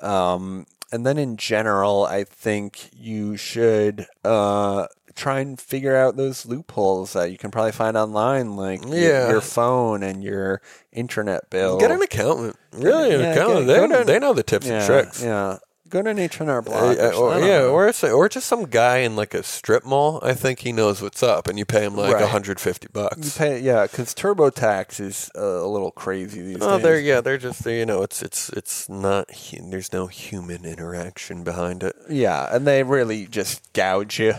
[SPEAKER 3] Um, and then in general, I think you should uh, try and figure out those loopholes that you can probably find online, like your-
[SPEAKER 4] Yeah.
[SPEAKER 3] your, phone and your internet bill.
[SPEAKER 4] Get an accountant. Really, an
[SPEAKER 3] Yeah,
[SPEAKER 4] accountant.
[SPEAKER 3] get-
[SPEAKER 4] They,
[SPEAKER 3] go to
[SPEAKER 4] know,
[SPEAKER 3] an-
[SPEAKER 4] they know the tips
[SPEAKER 3] yeah,
[SPEAKER 4] and tricks.
[SPEAKER 3] Yeah. Go to an H&R
[SPEAKER 4] Uh,
[SPEAKER 3] blog.
[SPEAKER 4] uh,
[SPEAKER 3] or,
[SPEAKER 4] or,
[SPEAKER 3] something.
[SPEAKER 4] yeah, or it's, or just some guy in like a strip mall. I think he knows what's up, and you pay him like
[SPEAKER 3] Right.
[SPEAKER 4] 150
[SPEAKER 3] You
[SPEAKER 4] bucks.
[SPEAKER 3] pay, yeah, because TurboTax is uh, a little crazy these
[SPEAKER 4] Oh,
[SPEAKER 3] days.
[SPEAKER 4] they're yeah, they're just you know, it's it's it's not. hu- There's no human interaction behind it.
[SPEAKER 3] Yeah, and they really just gouge you.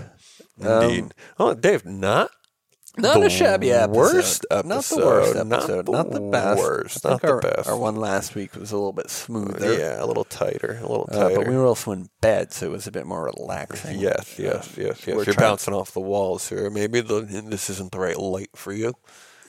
[SPEAKER 3] Um,
[SPEAKER 4] Indeed. oh, Dave, not
[SPEAKER 3] Not
[SPEAKER 4] the
[SPEAKER 3] a shabby episode.
[SPEAKER 4] worst
[SPEAKER 3] Not the worst
[SPEAKER 4] episode. Not
[SPEAKER 3] episode.
[SPEAKER 4] the
[SPEAKER 3] Not the, best.
[SPEAKER 4] worst.
[SPEAKER 3] I think
[SPEAKER 4] Not the
[SPEAKER 3] our,
[SPEAKER 4] best.
[SPEAKER 3] Our one last week was a little bit smoother.
[SPEAKER 4] yeah, a little tighter, a little
[SPEAKER 3] Uh,
[SPEAKER 4] tighter.
[SPEAKER 3] but we were also in bed, so it was a bit more relaxing. Uh,
[SPEAKER 4] Yes, yes, yes, yes.
[SPEAKER 3] we're
[SPEAKER 4] You're
[SPEAKER 3] trying-
[SPEAKER 4] bouncing off the walls here. Maybe the, this isn't the right light for you.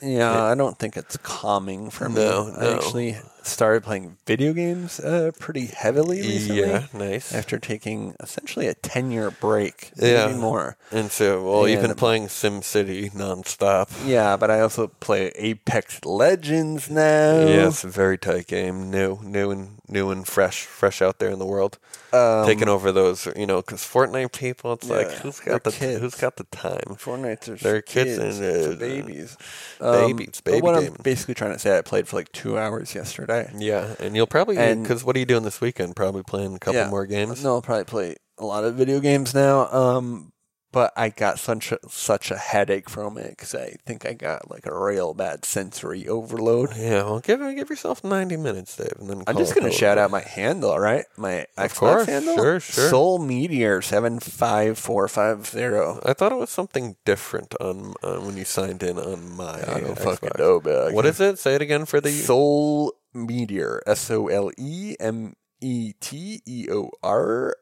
[SPEAKER 3] Yeah, I don't think it's calming for me.
[SPEAKER 4] No,
[SPEAKER 3] I
[SPEAKER 4] no.
[SPEAKER 3] actually started playing video games uh, pretty heavily recently.
[SPEAKER 4] Yeah, nice.
[SPEAKER 3] After taking essentially a 10 year break,
[SPEAKER 4] Yeah.
[SPEAKER 3] maybe more.
[SPEAKER 4] And so, well, you've been
[SPEAKER 3] And-
[SPEAKER 4] playing SimCity nonstop.
[SPEAKER 3] Yeah, but I also play Apex Legends now.
[SPEAKER 4] Yes, very tight game. New, new, and new and fresh, fresh out there in the world,
[SPEAKER 3] Um,
[SPEAKER 4] taking over those. You know, because Fortnite people, it's like
[SPEAKER 3] Yeah,
[SPEAKER 4] who's
[SPEAKER 3] they're
[SPEAKER 4] got the
[SPEAKER 3] kids.
[SPEAKER 4] who's got the time?
[SPEAKER 3] Fortnite's are
[SPEAKER 4] They're kids and, uh,
[SPEAKER 3] it's babies. Um,
[SPEAKER 4] babies,
[SPEAKER 3] but what
[SPEAKER 4] baby
[SPEAKER 3] I'm
[SPEAKER 4] gaming.
[SPEAKER 3] basically trying to say, I played for like two hours yesterday.
[SPEAKER 4] Yeah, and you'll probably
[SPEAKER 3] And-
[SPEAKER 4] because what are you doing this weekend? Probably playing a couple more games.
[SPEAKER 3] No, I'll probably play a lot of video games now. Um, but I got such a, such a headache from it because I think I got like a real bad sensory overload.
[SPEAKER 4] Yeah, well, give give yourself ninety minutes, Dave, and then call
[SPEAKER 3] I'm just
[SPEAKER 4] it
[SPEAKER 3] gonna
[SPEAKER 4] over.
[SPEAKER 3] shout out my handle, right? My Xbox
[SPEAKER 4] course,
[SPEAKER 3] handle,
[SPEAKER 4] sure, sure.
[SPEAKER 3] Soul Meteor seven five four five zero.
[SPEAKER 4] I thought it was something different on uh, when you signed in on my.
[SPEAKER 3] I don't
[SPEAKER 4] Xbox.
[SPEAKER 3] fucking know, but I
[SPEAKER 4] What
[SPEAKER 3] can-
[SPEAKER 4] is it? Say it again for the.
[SPEAKER 3] Soul Meteor, S O L E M E T E O R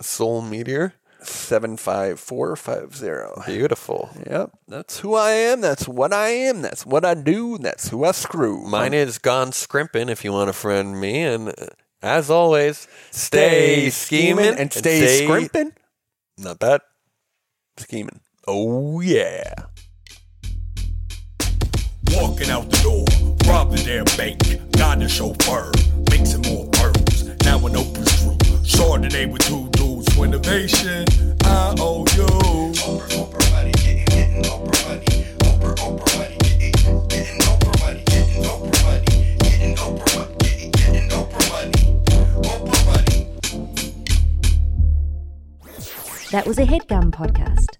[SPEAKER 4] Soul Meteor.
[SPEAKER 3] seven five four five zero.
[SPEAKER 4] Beautiful.
[SPEAKER 3] Yep, that's who I am. That's what I am. That's what I do. That's who I screw.
[SPEAKER 4] Mine is Gone Scrimpin' if you want to friend me. And uh, as always,
[SPEAKER 3] stay scheming and stay, scrimping.
[SPEAKER 4] Not bad.
[SPEAKER 3] Scheming.
[SPEAKER 4] Oh, yeah.
[SPEAKER 2] Walking out the door, robbing their bank, got a chauffeur, mixing more pearls. Now an open screw. Chardonnay with two dudes for innovation. I owe you.
[SPEAKER 1] That was a headgum podcast.